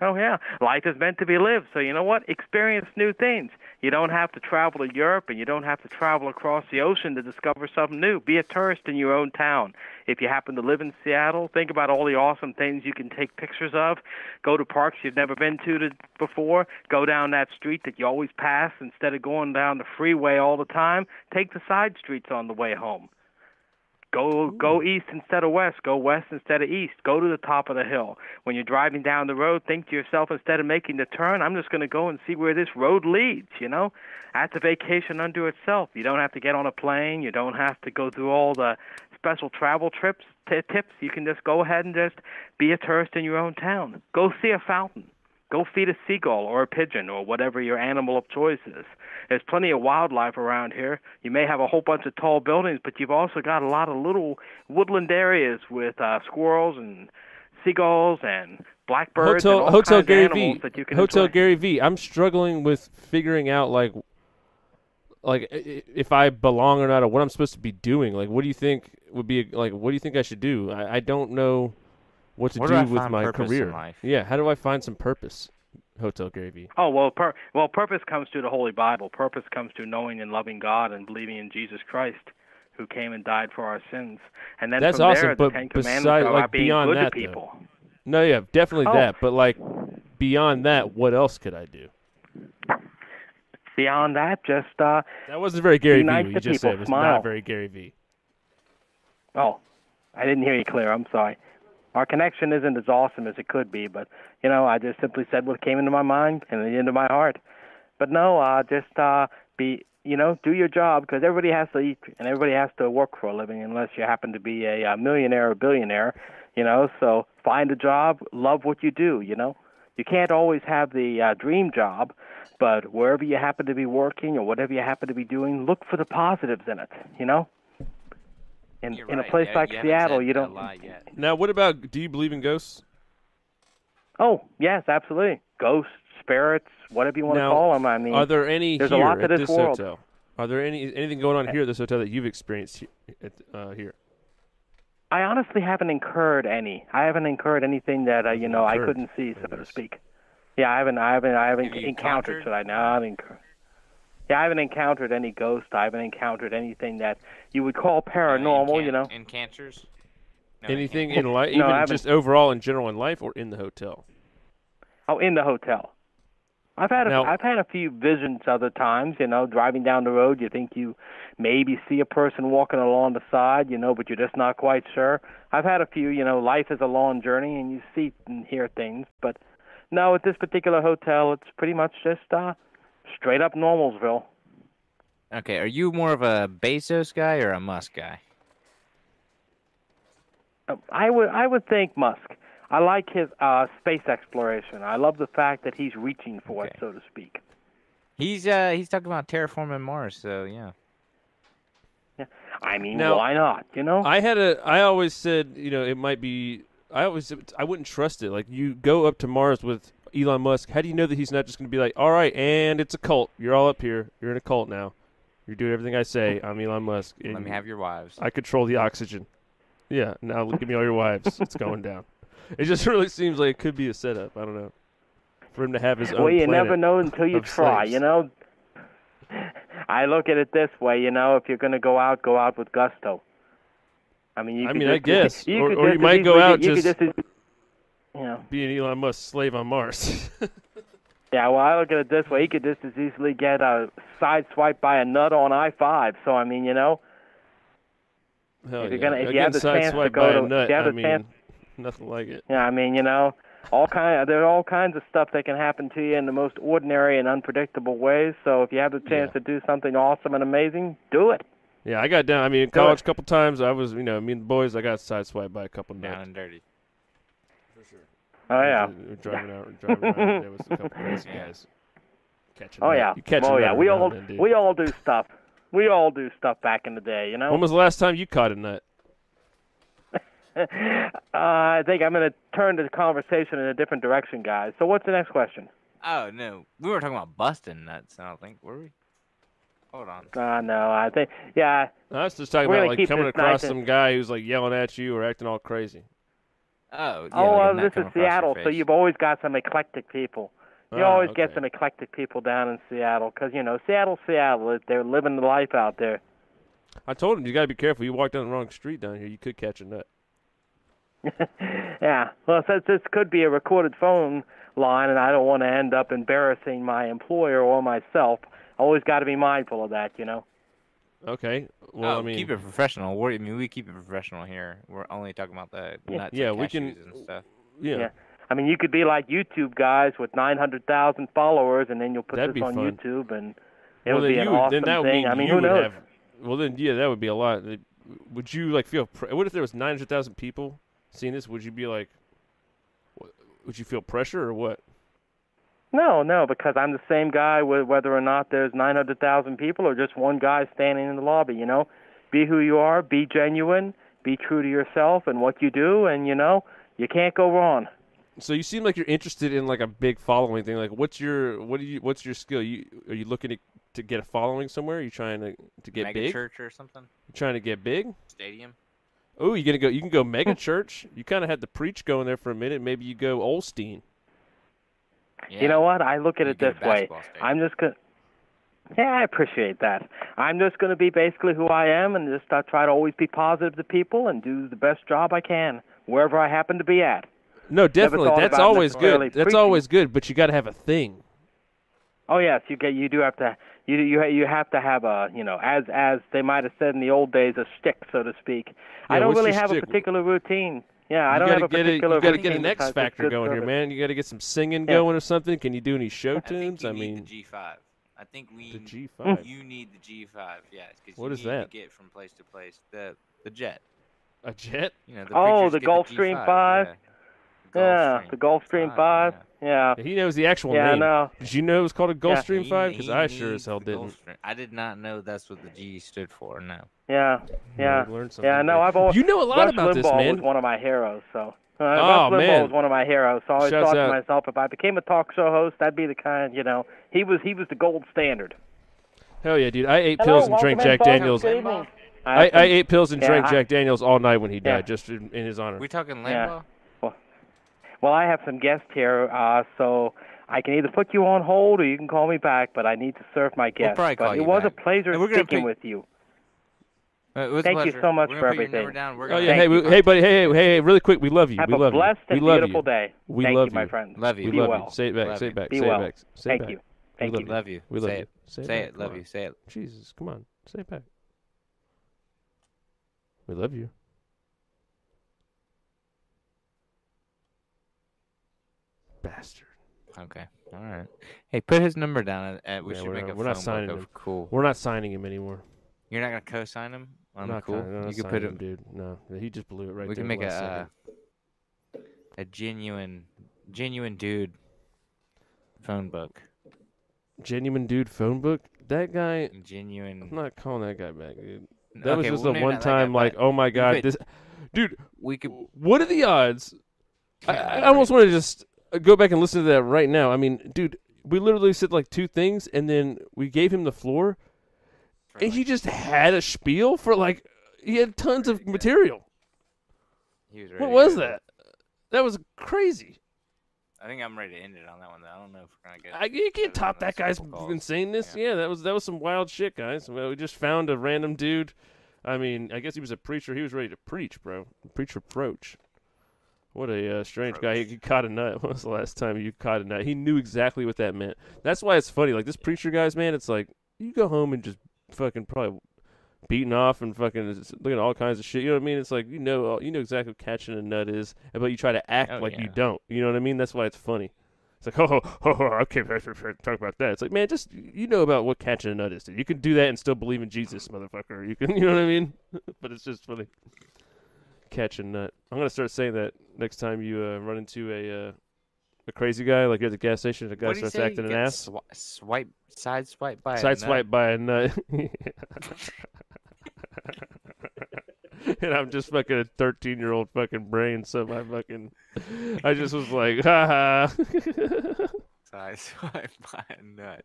[SPEAKER 11] Oh yeah, life is meant to be lived. So you know what? Experience new things. You don't have to travel to Europe and you don't have to travel across the ocean to discover something new. Be a tourist in your own town. If you happen to live in Seattle, think about all the awesome things you can take pictures of. Go to parks you've never been to, to before. Go down that street that you always pass instead of going down the freeway all the time. Take the side streets on the way home. Go go east instead of west. Go west instead of east. Go to the top of the hill. When you're driving down the road, think to yourself instead of making the turn, I'm just going to go and see where this road leads. You know, that's a vacation unto itself. You don't have to get on a plane. You don't have to go through all the special travel trips t- tips. You can just go ahead and just be a tourist in your own town. Go see a fountain. Go feed a seagull or a pigeon or whatever your animal of choice is. There's plenty of wildlife around here. You may have a whole bunch of tall buildings, but you've also got a lot of little woodland areas with uh, squirrels and seagulls and blackbirds and
[SPEAKER 5] Hotel
[SPEAKER 11] all
[SPEAKER 5] Hotel
[SPEAKER 11] kinds
[SPEAKER 5] Gary
[SPEAKER 11] of animals
[SPEAKER 5] V.
[SPEAKER 11] that you can
[SPEAKER 5] Hotel
[SPEAKER 11] enjoy.
[SPEAKER 5] Gary V. I'm struggling with figuring out like like i- i- if I belong or not or what I'm supposed to be doing. Like what do you think would be like what do you think I should do? I, I don't know what to
[SPEAKER 11] Where
[SPEAKER 5] do
[SPEAKER 11] do I
[SPEAKER 5] with
[SPEAKER 11] find
[SPEAKER 5] my
[SPEAKER 11] purpose in
[SPEAKER 5] career.
[SPEAKER 11] life?
[SPEAKER 5] Yeah, how do I find some purpose? Hotel Gary V.
[SPEAKER 11] Oh well, pur- well, purpose comes through the Holy Bible. Purpose comes through knowing and loving God and believing in Jesus Christ, who came and died for our sins. And then
[SPEAKER 5] That's
[SPEAKER 11] from
[SPEAKER 5] awesome,
[SPEAKER 11] there, the
[SPEAKER 5] but
[SPEAKER 11] Ten
[SPEAKER 5] besides
[SPEAKER 11] Commandments are about
[SPEAKER 5] like
[SPEAKER 11] being
[SPEAKER 5] beyond
[SPEAKER 11] good
[SPEAKER 5] that
[SPEAKER 11] to
[SPEAKER 5] though.
[SPEAKER 11] people.
[SPEAKER 5] No, yeah, definitely
[SPEAKER 11] Oh.
[SPEAKER 5] that, but like beyond that, what else could I do?
[SPEAKER 11] Beyond that, just uh,
[SPEAKER 5] that wasn't very Gary
[SPEAKER 11] unite
[SPEAKER 5] V. what
[SPEAKER 11] the
[SPEAKER 5] You just
[SPEAKER 11] people,
[SPEAKER 5] said it was
[SPEAKER 11] smile.
[SPEAKER 5] not very Gary V.
[SPEAKER 11] Oh, I didn't hear you clear. I'm sorry. Our connection isn't as awesome as it could be, but you know, I just simply said what came into my mind and into my heart. But no, uh, just uh, be, you know, do your job because everybody has to eat and everybody has to work for a living, unless you happen to be a, uh millionaire or billionaire, you know. So find a job, love what you do, you know. You can't always have the uh, dream job, but wherever you happen to be working or whatever you happen to be doing, look for the positives in it, you know. In, in a place like Seattle, you don't.
[SPEAKER 5] Now, what about do you believe in ghosts?
[SPEAKER 11] Oh, yes, absolutely. Ghosts, spirits, whatever you want
[SPEAKER 5] Now,
[SPEAKER 11] to call them. I mean,
[SPEAKER 5] Are there any
[SPEAKER 11] There's
[SPEAKER 5] here
[SPEAKER 11] a lot to
[SPEAKER 5] at
[SPEAKER 11] this,
[SPEAKER 5] this
[SPEAKER 11] world.
[SPEAKER 5] hotel? Are there any anything going on here at this hotel that you've experienced he- at, uh, here?
[SPEAKER 11] I honestly haven't incurred any. I haven't incurred anything that uh, you know I
[SPEAKER 5] Incurred.
[SPEAKER 11] couldn't see, so to speak. Yeah, I haven't. I haven't. I haven't encountered. Should I not incur? Yeah, I haven't encountered any ghosts. I haven't encountered anything that you would call paranormal. you know.
[SPEAKER 6] In cancers?
[SPEAKER 5] anything
[SPEAKER 11] can't.
[SPEAKER 5] in life,
[SPEAKER 11] No, I
[SPEAKER 5] even
[SPEAKER 11] haven't.
[SPEAKER 5] just overall in general in life, or in the hotel?
[SPEAKER 11] Oh, in the hotel. I've had a,
[SPEAKER 5] Now-
[SPEAKER 11] I've had a few visions other times. You know, driving down the road, you think you maybe see a person walking along the side, you know, but you're just not quite sure. I've had a few. You know, life is a long journey, and you see and hear things. But no, at this particular hotel, it's pretty much just uh, straight up Normalsville.
[SPEAKER 6] Okay, are you more of a Bezos guy or a Musk guy?
[SPEAKER 11] Uh, I would I would think Musk. I like his uh, space exploration. I love the fact that he's reaching for it, so to speak.
[SPEAKER 6] He's uh he's talking about terraforming Mars, so yeah.
[SPEAKER 11] I mean,
[SPEAKER 5] Now-
[SPEAKER 11] why not? You know.
[SPEAKER 5] I had a. I always said, you know, it might be. I always. I wouldn't trust it. Like you go up to Mars with Elon Musk. How do you know that he's not just going to be like, all right, and it's a cult. You're all up here. You're in a cult now. You're doing everything I say. I'm Elon Musk.
[SPEAKER 6] Let
[SPEAKER 11] Mm-hmm.
[SPEAKER 5] and
[SPEAKER 6] me have your wives.
[SPEAKER 5] I control the oxygen. Yeah. Now give me all your wives. It's going down. It just really seems like it could be a setup. I don't know. For him to have his own.
[SPEAKER 11] well, you
[SPEAKER 5] planet
[SPEAKER 11] never know until you
[SPEAKER 5] of
[SPEAKER 11] try.
[SPEAKER 5] slaves.
[SPEAKER 11] You know, I look at it this way. You know, if you're going to go out, go out with gusto. I mean, you
[SPEAKER 5] I
[SPEAKER 11] could
[SPEAKER 5] mean, I
[SPEAKER 11] just-
[SPEAKER 5] guess,
[SPEAKER 11] you
[SPEAKER 5] or,
[SPEAKER 11] could
[SPEAKER 5] or you
[SPEAKER 11] just as
[SPEAKER 5] might go
[SPEAKER 11] easily-
[SPEAKER 5] out
[SPEAKER 11] you
[SPEAKER 5] just,
[SPEAKER 11] Could just as- yeah.
[SPEAKER 5] be an Elon Musk slave on Mars.
[SPEAKER 11] yeah, well, I look at it this way. He could just as easily get a side swipe by a nut on I five. So I mean, you know,
[SPEAKER 5] Hell
[SPEAKER 11] If you're
[SPEAKER 5] yeah.
[SPEAKER 11] gonna- if you
[SPEAKER 5] Again,
[SPEAKER 11] have the chance to
[SPEAKER 5] sideswiped
[SPEAKER 11] go
[SPEAKER 5] by
[SPEAKER 11] to-
[SPEAKER 5] a nut,
[SPEAKER 11] if you have
[SPEAKER 5] I
[SPEAKER 11] the
[SPEAKER 5] mean,
[SPEAKER 11] chance-
[SPEAKER 5] nothing like it.
[SPEAKER 11] yeah, I mean, you know, all kind there are all kinds of stuff that can happen to you in the most ordinary and unpredictable ways. So if you have the chance to do something awesome and amazing, do it.
[SPEAKER 5] Yeah, I got down. I mean, in
[SPEAKER 11] Do it.
[SPEAKER 5] college, a couple times, I was, you know, me and the boys, I got sideswiped by a couple nuts. Down
[SPEAKER 6] and dirty.
[SPEAKER 11] Oh yeah.
[SPEAKER 5] We're driving out, driving around. There was a couple crazy guys. Catching
[SPEAKER 11] Oh
[SPEAKER 5] nut-
[SPEAKER 11] yeah.
[SPEAKER 5] you catch a
[SPEAKER 11] oh
[SPEAKER 5] nut
[SPEAKER 11] yeah.
[SPEAKER 5] every
[SPEAKER 11] We
[SPEAKER 5] now
[SPEAKER 11] all
[SPEAKER 5] and then, dude.
[SPEAKER 11] we all do stuff. We all do stuff back in the day, you know.
[SPEAKER 5] When was the last time you caught a nut?
[SPEAKER 11] uh, I think I'm going to turn the conversation in a different direction, guys. So what's the next question?
[SPEAKER 6] Oh no. We were talking about busting nuts, I don't think, were we? Hold on.
[SPEAKER 11] Uh, no, I think yeah.
[SPEAKER 5] I was just talking
[SPEAKER 11] We're
[SPEAKER 5] about
[SPEAKER 11] gonna
[SPEAKER 5] like
[SPEAKER 11] keep
[SPEAKER 5] coming
[SPEAKER 11] this
[SPEAKER 5] across
[SPEAKER 11] nice and-
[SPEAKER 5] some guy who's like yelling at you or acting all crazy.
[SPEAKER 6] Oh,
[SPEAKER 11] oh, uh, this is Seattle, so you've always got some eclectic people. You
[SPEAKER 5] Ah,
[SPEAKER 11] always get some eclectic people down in Seattle because you know Seattle, Seattle, they're living the life out there.
[SPEAKER 5] I told him you got to be careful. You walk down the wrong street down here, you could catch a nut.
[SPEAKER 11] Yeah. Well, since this could be a recorded phone line, and I don't want to end up embarrassing my employer or myself, always got to be mindful of that, you know.
[SPEAKER 5] Okay. Well,
[SPEAKER 6] Oh,
[SPEAKER 5] I mean,
[SPEAKER 6] keep it professional. We're, I mean, we keep it professional here. We're only talking about the
[SPEAKER 5] Yeah.
[SPEAKER 6] nuts
[SPEAKER 5] Yeah,
[SPEAKER 6] and
[SPEAKER 5] we
[SPEAKER 6] cashews
[SPEAKER 5] can-
[SPEAKER 6] and stuff.
[SPEAKER 5] yeah.
[SPEAKER 11] I mean, you could be like YouTube guys with 900,000 followers, and then you'll put
[SPEAKER 5] That'd
[SPEAKER 11] this
[SPEAKER 5] be
[SPEAKER 11] on
[SPEAKER 5] fun.
[SPEAKER 11] YouTube, and it
[SPEAKER 5] Well,
[SPEAKER 11] would
[SPEAKER 5] then
[SPEAKER 11] be an
[SPEAKER 5] you,
[SPEAKER 11] awesome
[SPEAKER 5] then that would
[SPEAKER 11] thing.
[SPEAKER 5] mean
[SPEAKER 11] I mean,
[SPEAKER 5] you
[SPEAKER 11] who
[SPEAKER 5] would
[SPEAKER 11] knows?
[SPEAKER 5] Have, well, then yeah, that would be a lot. Like, Would you like feel? Pre- what if there was nine hundred thousand people seeing this? Would you be like? wh- Would you feel pressure or what?
[SPEAKER 11] No, no, because I'm the same guy, wh- whether or not there's 900,000 people or just one guy standing in the lobby. You know, be who you are, be genuine, be true to yourself and what you do, and you know, you can't go wrong.
[SPEAKER 5] So you seem like you're interested in like a big following thing. Like, what's your what do you what's your skill? You are you looking to, to get a following somewhere? Are you trying to to get
[SPEAKER 6] Mega
[SPEAKER 5] big?
[SPEAKER 6] church or something?
[SPEAKER 5] You trying to get big?
[SPEAKER 6] Stadium?
[SPEAKER 5] Oh, you gonna go? You can go mega church. You kind of had the preach going there for a minute. Maybe you go Olstein.
[SPEAKER 11] You know what? I look at it this
[SPEAKER 5] a
[SPEAKER 11] way.
[SPEAKER 5] basketball
[SPEAKER 11] I'm just gonna. Yeah, I appreciate that. I'm just gonna be basically who I am, and just uh, try to always be positive to people and do the best job I can wherever I happen to be at.
[SPEAKER 5] No,
[SPEAKER 11] Never
[SPEAKER 5] definitely.
[SPEAKER 11] thought
[SPEAKER 5] That's
[SPEAKER 11] about
[SPEAKER 5] always
[SPEAKER 11] necessarily
[SPEAKER 5] good. That's
[SPEAKER 11] preaching.
[SPEAKER 5] always good. But you got to have a thing.
[SPEAKER 11] Oh yes, you get you do have to you you ha- you have to have a you know as as they might have said in the old days a stick so to speak.
[SPEAKER 5] Yeah,
[SPEAKER 11] I don't
[SPEAKER 5] what's
[SPEAKER 11] really
[SPEAKER 5] your
[SPEAKER 11] have
[SPEAKER 5] stick?
[SPEAKER 11] a particular routine. Yeah, I
[SPEAKER 5] you
[SPEAKER 11] don't
[SPEAKER 5] gotta
[SPEAKER 11] have a
[SPEAKER 5] get it-
[SPEAKER 11] particular.
[SPEAKER 5] You gotta
[SPEAKER 11] routine
[SPEAKER 5] get an X
[SPEAKER 11] besides just
[SPEAKER 5] factor
[SPEAKER 11] good
[SPEAKER 5] going here,
[SPEAKER 11] service.
[SPEAKER 5] man. You got to get some singing
[SPEAKER 11] Yeah.
[SPEAKER 5] going or something. Can you do any show tunes? I, mean,
[SPEAKER 6] G five. I think we
[SPEAKER 5] The
[SPEAKER 6] n-
[SPEAKER 5] G5.
[SPEAKER 6] You need the G five, yes, because
[SPEAKER 5] What
[SPEAKER 6] you
[SPEAKER 5] is
[SPEAKER 6] need
[SPEAKER 5] that?
[SPEAKER 6] to get from place to place. The the jet.
[SPEAKER 5] a jet.
[SPEAKER 6] You know, the
[SPEAKER 11] Oh,
[SPEAKER 6] preachers
[SPEAKER 11] the
[SPEAKER 6] get
[SPEAKER 11] Gulfstream
[SPEAKER 6] G5,
[SPEAKER 11] Five.
[SPEAKER 6] yeah.
[SPEAKER 11] Yeah,
[SPEAKER 5] Ah,
[SPEAKER 11] the Gulfstream Five. Yeah.
[SPEAKER 5] He knows the actual
[SPEAKER 11] Yeah, I
[SPEAKER 5] name.
[SPEAKER 11] know.
[SPEAKER 5] Did you know it was called a
[SPEAKER 11] Yeah.
[SPEAKER 5] Gulfstream
[SPEAKER 6] He-
[SPEAKER 5] Five? Because
[SPEAKER 6] he
[SPEAKER 5] I sure as
[SPEAKER 6] needs
[SPEAKER 5] hell
[SPEAKER 6] the
[SPEAKER 5] didn't.
[SPEAKER 6] Gulfstream. I did not know that's what the G stood for. No.
[SPEAKER 11] Yeah, yeah,
[SPEAKER 5] learn something
[SPEAKER 11] yeah. No,
[SPEAKER 5] today.
[SPEAKER 11] I've always
[SPEAKER 5] You know a lot
[SPEAKER 11] Rush
[SPEAKER 5] about
[SPEAKER 11] Limbaugh
[SPEAKER 5] this, man.
[SPEAKER 11] Was one of my heroes, so. Uh,
[SPEAKER 5] Oh,
[SPEAKER 11] Rush Limbaugh
[SPEAKER 5] man.
[SPEAKER 11] was one of my heroes, so I always
[SPEAKER 5] Shouts
[SPEAKER 11] thought
[SPEAKER 5] out.
[SPEAKER 11] to myself, if I became a talk show host, that'd be the kind, you know. He was he was the gold standard.
[SPEAKER 5] Hell yeah, dude! I ate
[SPEAKER 11] Hello,
[SPEAKER 5] pills and drank
[SPEAKER 11] welcome
[SPEAKER 5] Jack
[SPEAKER 11] in, folks.
[SPEAKER 5] Daniels.
[SPEAKER 11] Good evening.
[SPEAKER 5] I, I ate pills and
[SPEAKER 11] Yeah,
[SPEAKER 5] drank
[SPEAKER 11] I-
[SPEAKER 5] Jack Daniels all night when he
[SPEAKER 11] Yeah.
[SPEAKER 5] died, just in, in his honor.
[SPEAKER 6] We talking
[SPEAKER 11] Yeah.
[SPEAKER 6] Lambo?
[SPEAKER 11] Well, well, I have some guests here, uh, so I can either put you on hold or you can call me back, but I need to serve my guests.
[SPEAKER 6] probably
[SPEAKER 11] but
[SPEAKER 6] call
[SPEAKER 11] it
[SPEAKER 6] you
[SPEAKER 11] was
[SPEAKER 6] back.
[SPEAKER 11] a pleasure
[SPEAKER 6] And we're gonna
[SPEAKER 11] speaking
[SPEAKER 6] put-
[SPEAKER 11] with you.
[SPEAKER 6] Uh, it was a
[SPEAKER 11] Thank you
[SPEAKER 6] pleasure.
[SPEAKER 11] so much
[SPEAKER 6] We're
[SPEAKER 11] for
[SPEAKER 6] gonna put Your number
[SPEAKER 11] everything.
[SPEAKER 6] down. We're
[SPEAKER 5] Oh
[SPEAKER 6] gonna
[SPEAKER 5] yeah, hey, we, hey, buddy, hey, hey, hey, really quick, we love you.
[SPEAKER 11] Have
[SPEAKER 5] we
[SPEAKER 11] a
[SPEAKER 5] love
[SPEAKER 11] blessed
[SPEAKER 5] you. We
[SPEAKER 11] and
[SPEAKER 5] love
[SPEAKER 11] beautiful
[SPEAKER 5] you.
[SPEAKER 11] day.
[SPEAKER 5] We
[SPEAKER 11] Thank
[SPEAKER 5] love
[SPEAKER 11] you, my friend.
[SPEAKER 6] Love you.
[SPEAKER 5] We
[SPEAKER 6] Be
[SPEAKER 5] love
[SPEAKER 6] well.
[SPEAKER 5] you. Say it back.
[SPEAKER 6] Love
[SPEAKER 5] say
[SPEAKER 6] you.
[SPEAKER 5] it back.
[SPEAKER 6] Be
[SPEAKER 5] say
[SPEAKER 6] well.
[SPEAKER 5] it back. Say
[SPEAKER 6] Thank
[SPEAKER 5] it back.
[SPEAKER 6] you.
[SPEAKER 5] Thank
[SPEAKER 6] you. Love you.
[SPEAKER 5] We love
[SPEAKER 6] Say
[SPEAKER 5] you.
[SPEAKER 6] it.
[SPEAKER 5] Say
[SPEAKER 6] Say
[SPEAKER 5] it.
[SPEAKER 6] it.
[SPEAKER 5] back.
[SPEAKER 6] Love
[SPEAKER 5] Come
[SPEAKER 6] you.
[SPEAKER 5] on.
[SPEAKER 6] Say it.
[SPEAKER 5] Jesus, come on. Say it back. We love you. Bastard.
[SPEAKER 6] Okay. All right. Hey, put his number down. At, at, we
[SPEAKER 5] Yeah,
[SPEAKER 6] should
[SPEAKER 5] we're
[SPEAKER 6] make
[SPEAKER 5] not,
[SPEAKER 6] a
[SPEAKER 5] we're
[SPEAKER 6] phone
[SPEAKER 5] not signing
[SPEAKER 6] book
[SPEAKER 5] him.
[SPEAKER 6] of cool.
[SPEAKER 5] We're not signing him anymore.
[SPEAKER 6] You're not gonna co-sign him on
[SPEAKER 5] Not
[SPEAKER 6] the cool.
[SPEAKER 5] kinda- no,
[SPEAKER 6] you
[SPEAKER 5] not
[SPEAKER 6] can put
[SPEAKER 5] signing
[SPEAKER 6] him.
[SPEAKER 5] him, dude. No, he just blew it right
[SPEAKER 6] we
[SPEAKER 5] there.
[SPEAKER 6] can make
[SPEAKER 5] the last
[SPEAKER 6] a
[SPEAKER 5] second.
[SPEAKER 6] uh, a genuine, genuine dude phone book.
[SPEAKER 5] genuine dude phone book. That guy.
[SPEAKER 6] Genuine.
[SPEAKER 5] I'm not calling that guy back, dude.
[SPEAKER 6] N-
[SPEAKER 5] That was
[SPEAKER 6] okay,
[SPEAKER 5] just
[SPEAKER 6] well,
[SPEAKER 5] a
[SPEAKER 6] maybe not
[SPEAKER 5] one
[SPEAKER 6] that guy,
[SPEAKER 5] time, like,
[SPEAKER 6] but
[SPEAKER 5] oh my
[SPEAKER 6] we
[SPEAKER 5] god,
[SPEAKER 6] could-
[SPEAKER 5] this, dude.
[SPEAKER 6] We could.
[SPEAKER 5] What are the odds? I, I almost want to just uh, go back and listen to that right now. I mean, dude, we literally said like two things, and then we gave him the floor, and he just had a spiel for like he had tons of material.
[SPEAKER 6] He was ready
[SPEAKER 5] What
[SPEAKER 6] to
[SPEAKER 5] was
[SPEAKER 6] go.
[SPEAKER 5] that? That was crazy.
[SPEAKER 6] I think I'm ready to end it on that one. Though. I don't know if we're gonna get.
[SPEAKER 5] I, you can't top that guy's insaneness. Yeah. that was that was some wild shit, guys. Well, we just found a random dude. I mean, I guess he was a preacher. He was ready to preach, bro. Preach approach. What a uh, strange guy. He, he caught a nut. When was the last time you caught a nut? He knew exactly what that meant. That's why it's funny. Like this preacher guy's man. It's like you go home and just fucking probably beating off and fucking s- looking at all kinds of shit. You know what I mean? It's like you know all- you know exactly what catching a nut is, but you try to act
[SPEAKER 6] Oh,
[SPEAKER 5] like you
[SPEAKER 6] yeah.
[SPEAKER 5] don't. You know what I mean? That's why it's funny. It's like, oh, oh, oh I can't talk about that. It's like, man, just you know about what catching a nut is. Dude. You can do that and still believe in Jesus, motherfucker. You can, you know what I mean? but it's just funny. Catch a nut. I'm gonna start saying that next time you uh, run into a uh, a crazy guy, like you're at the gas station, and a guy
[SPEAKER 6] What'd he
[SPEAKER 5] starts
[SPEAKER 6] say?
[SPEAKER 5] acting an
[SPEAKER 6] Get
[SPEAKER 5] ass.
[SPEAKER 6] swi- swipe, side swipe by. a
[SPEAKER 5] Side
[SPEAKER 6] nut?
[SPEAKER 5] swipe by a nut. and I'm just fucking a 13 year old fucking brain, so my fucking, I just was like, ha ha.
[SPEAKER 6] Side swipe by a nut.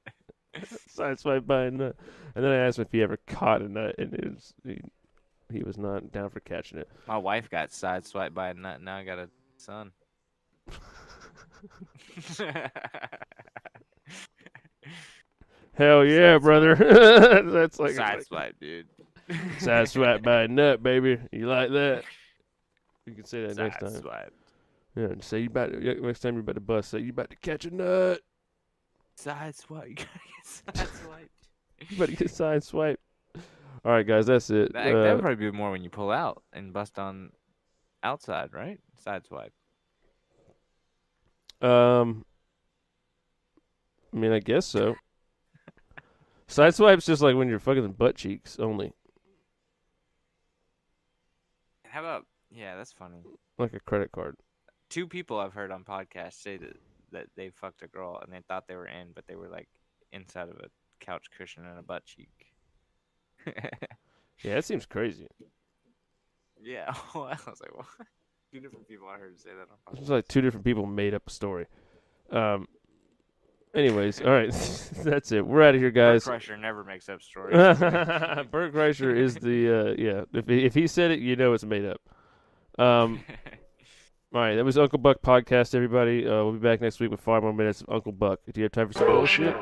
[SPEAKER 5] Side swipe by a nut. And then I asked him if he ever caught a nut, and it was, he, he was not down for catching it.
[SPEAKER 6] My wife got side swiped by a nut. Now I got a son.
[SPEAKER 5] Hell yeah, brother. That's like,
[SPEAKER 6] side
[SPEAKER 5] it's like
[SPEAKER 6] swipe, dude.
[SPEAKER 5] side swipe by a nut, baby. You like that? You can say that next
[SPEAKER 6] Side
[SPEAKER 5] time.
[SPEAKER 6] swipe.
[SPEAKER 5] Yeah, and say you about to, next time you're about to bust, say you about to catch a nut.
[SPEAKER 6] Side swipe. You gotta get side swiped.
[SPEAKER 5] You better get side swipe. All right, guys, that's it.
[SPEAKER 6] That,
[SPEAKER 5] Uh,
[SPEAKER 6] that'd probably be more when you pull out and bust on outside, right? Side swipe.
[SPEAKER 5] Um, I mean, I guess so. Side swipes just like when you're fucking the butt cheeks only,
[SPEAKER 6] How about yeah, that's funny.
[SPEAKER 5] like a credit card.
[SPEAKER 6] Two people I've heard on podcasts say that that they fucked a girl and they thought they were in, but they were like inside of a couch cushion and a butt cheek.
[SPEAKER 5] Yeah, that seems crazy.
[SPEAKER 6] Yeah, I was like, what? Two different people I heard say that on podcasts.
[SPEAKER 5] It's like two different people made up a story. Um. Anyways, all right, that's it. We're out of here, guys.
[SPEAKER 6] Crusher never makes up stories.
[SPEAKER 5] Bert Kreischer is the uh, yeah. If if he said it, you know it's made up. Um, all right, that was Uncle Buck podcast. Everybody, uh, we'll be back next week with five more minutes of Uncle Buck. Do you have time for some bullshit?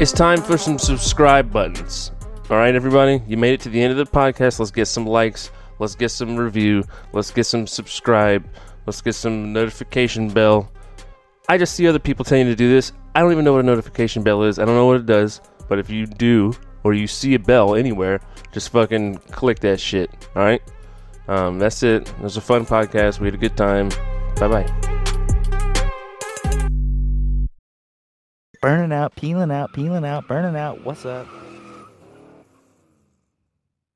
[SPEAKER 5] It's time for some subscribe buttons. All right, everybody, you made it to the end of the podcast. Let's get some likes. Let's get some review. Let's get some subscribe. Let's get some notification bell. I just see other people telling you to do this. I don't even know what a notification bell is. I don't know what it does. But if you do, or you see a bell anywhere, just fucking click that shit. All right? Um, that's it. It was a fun podcast. We had a good time. Bye bye.
[SPEAKER 6] Burning out, peeling out, peeling out, burning out. What's up?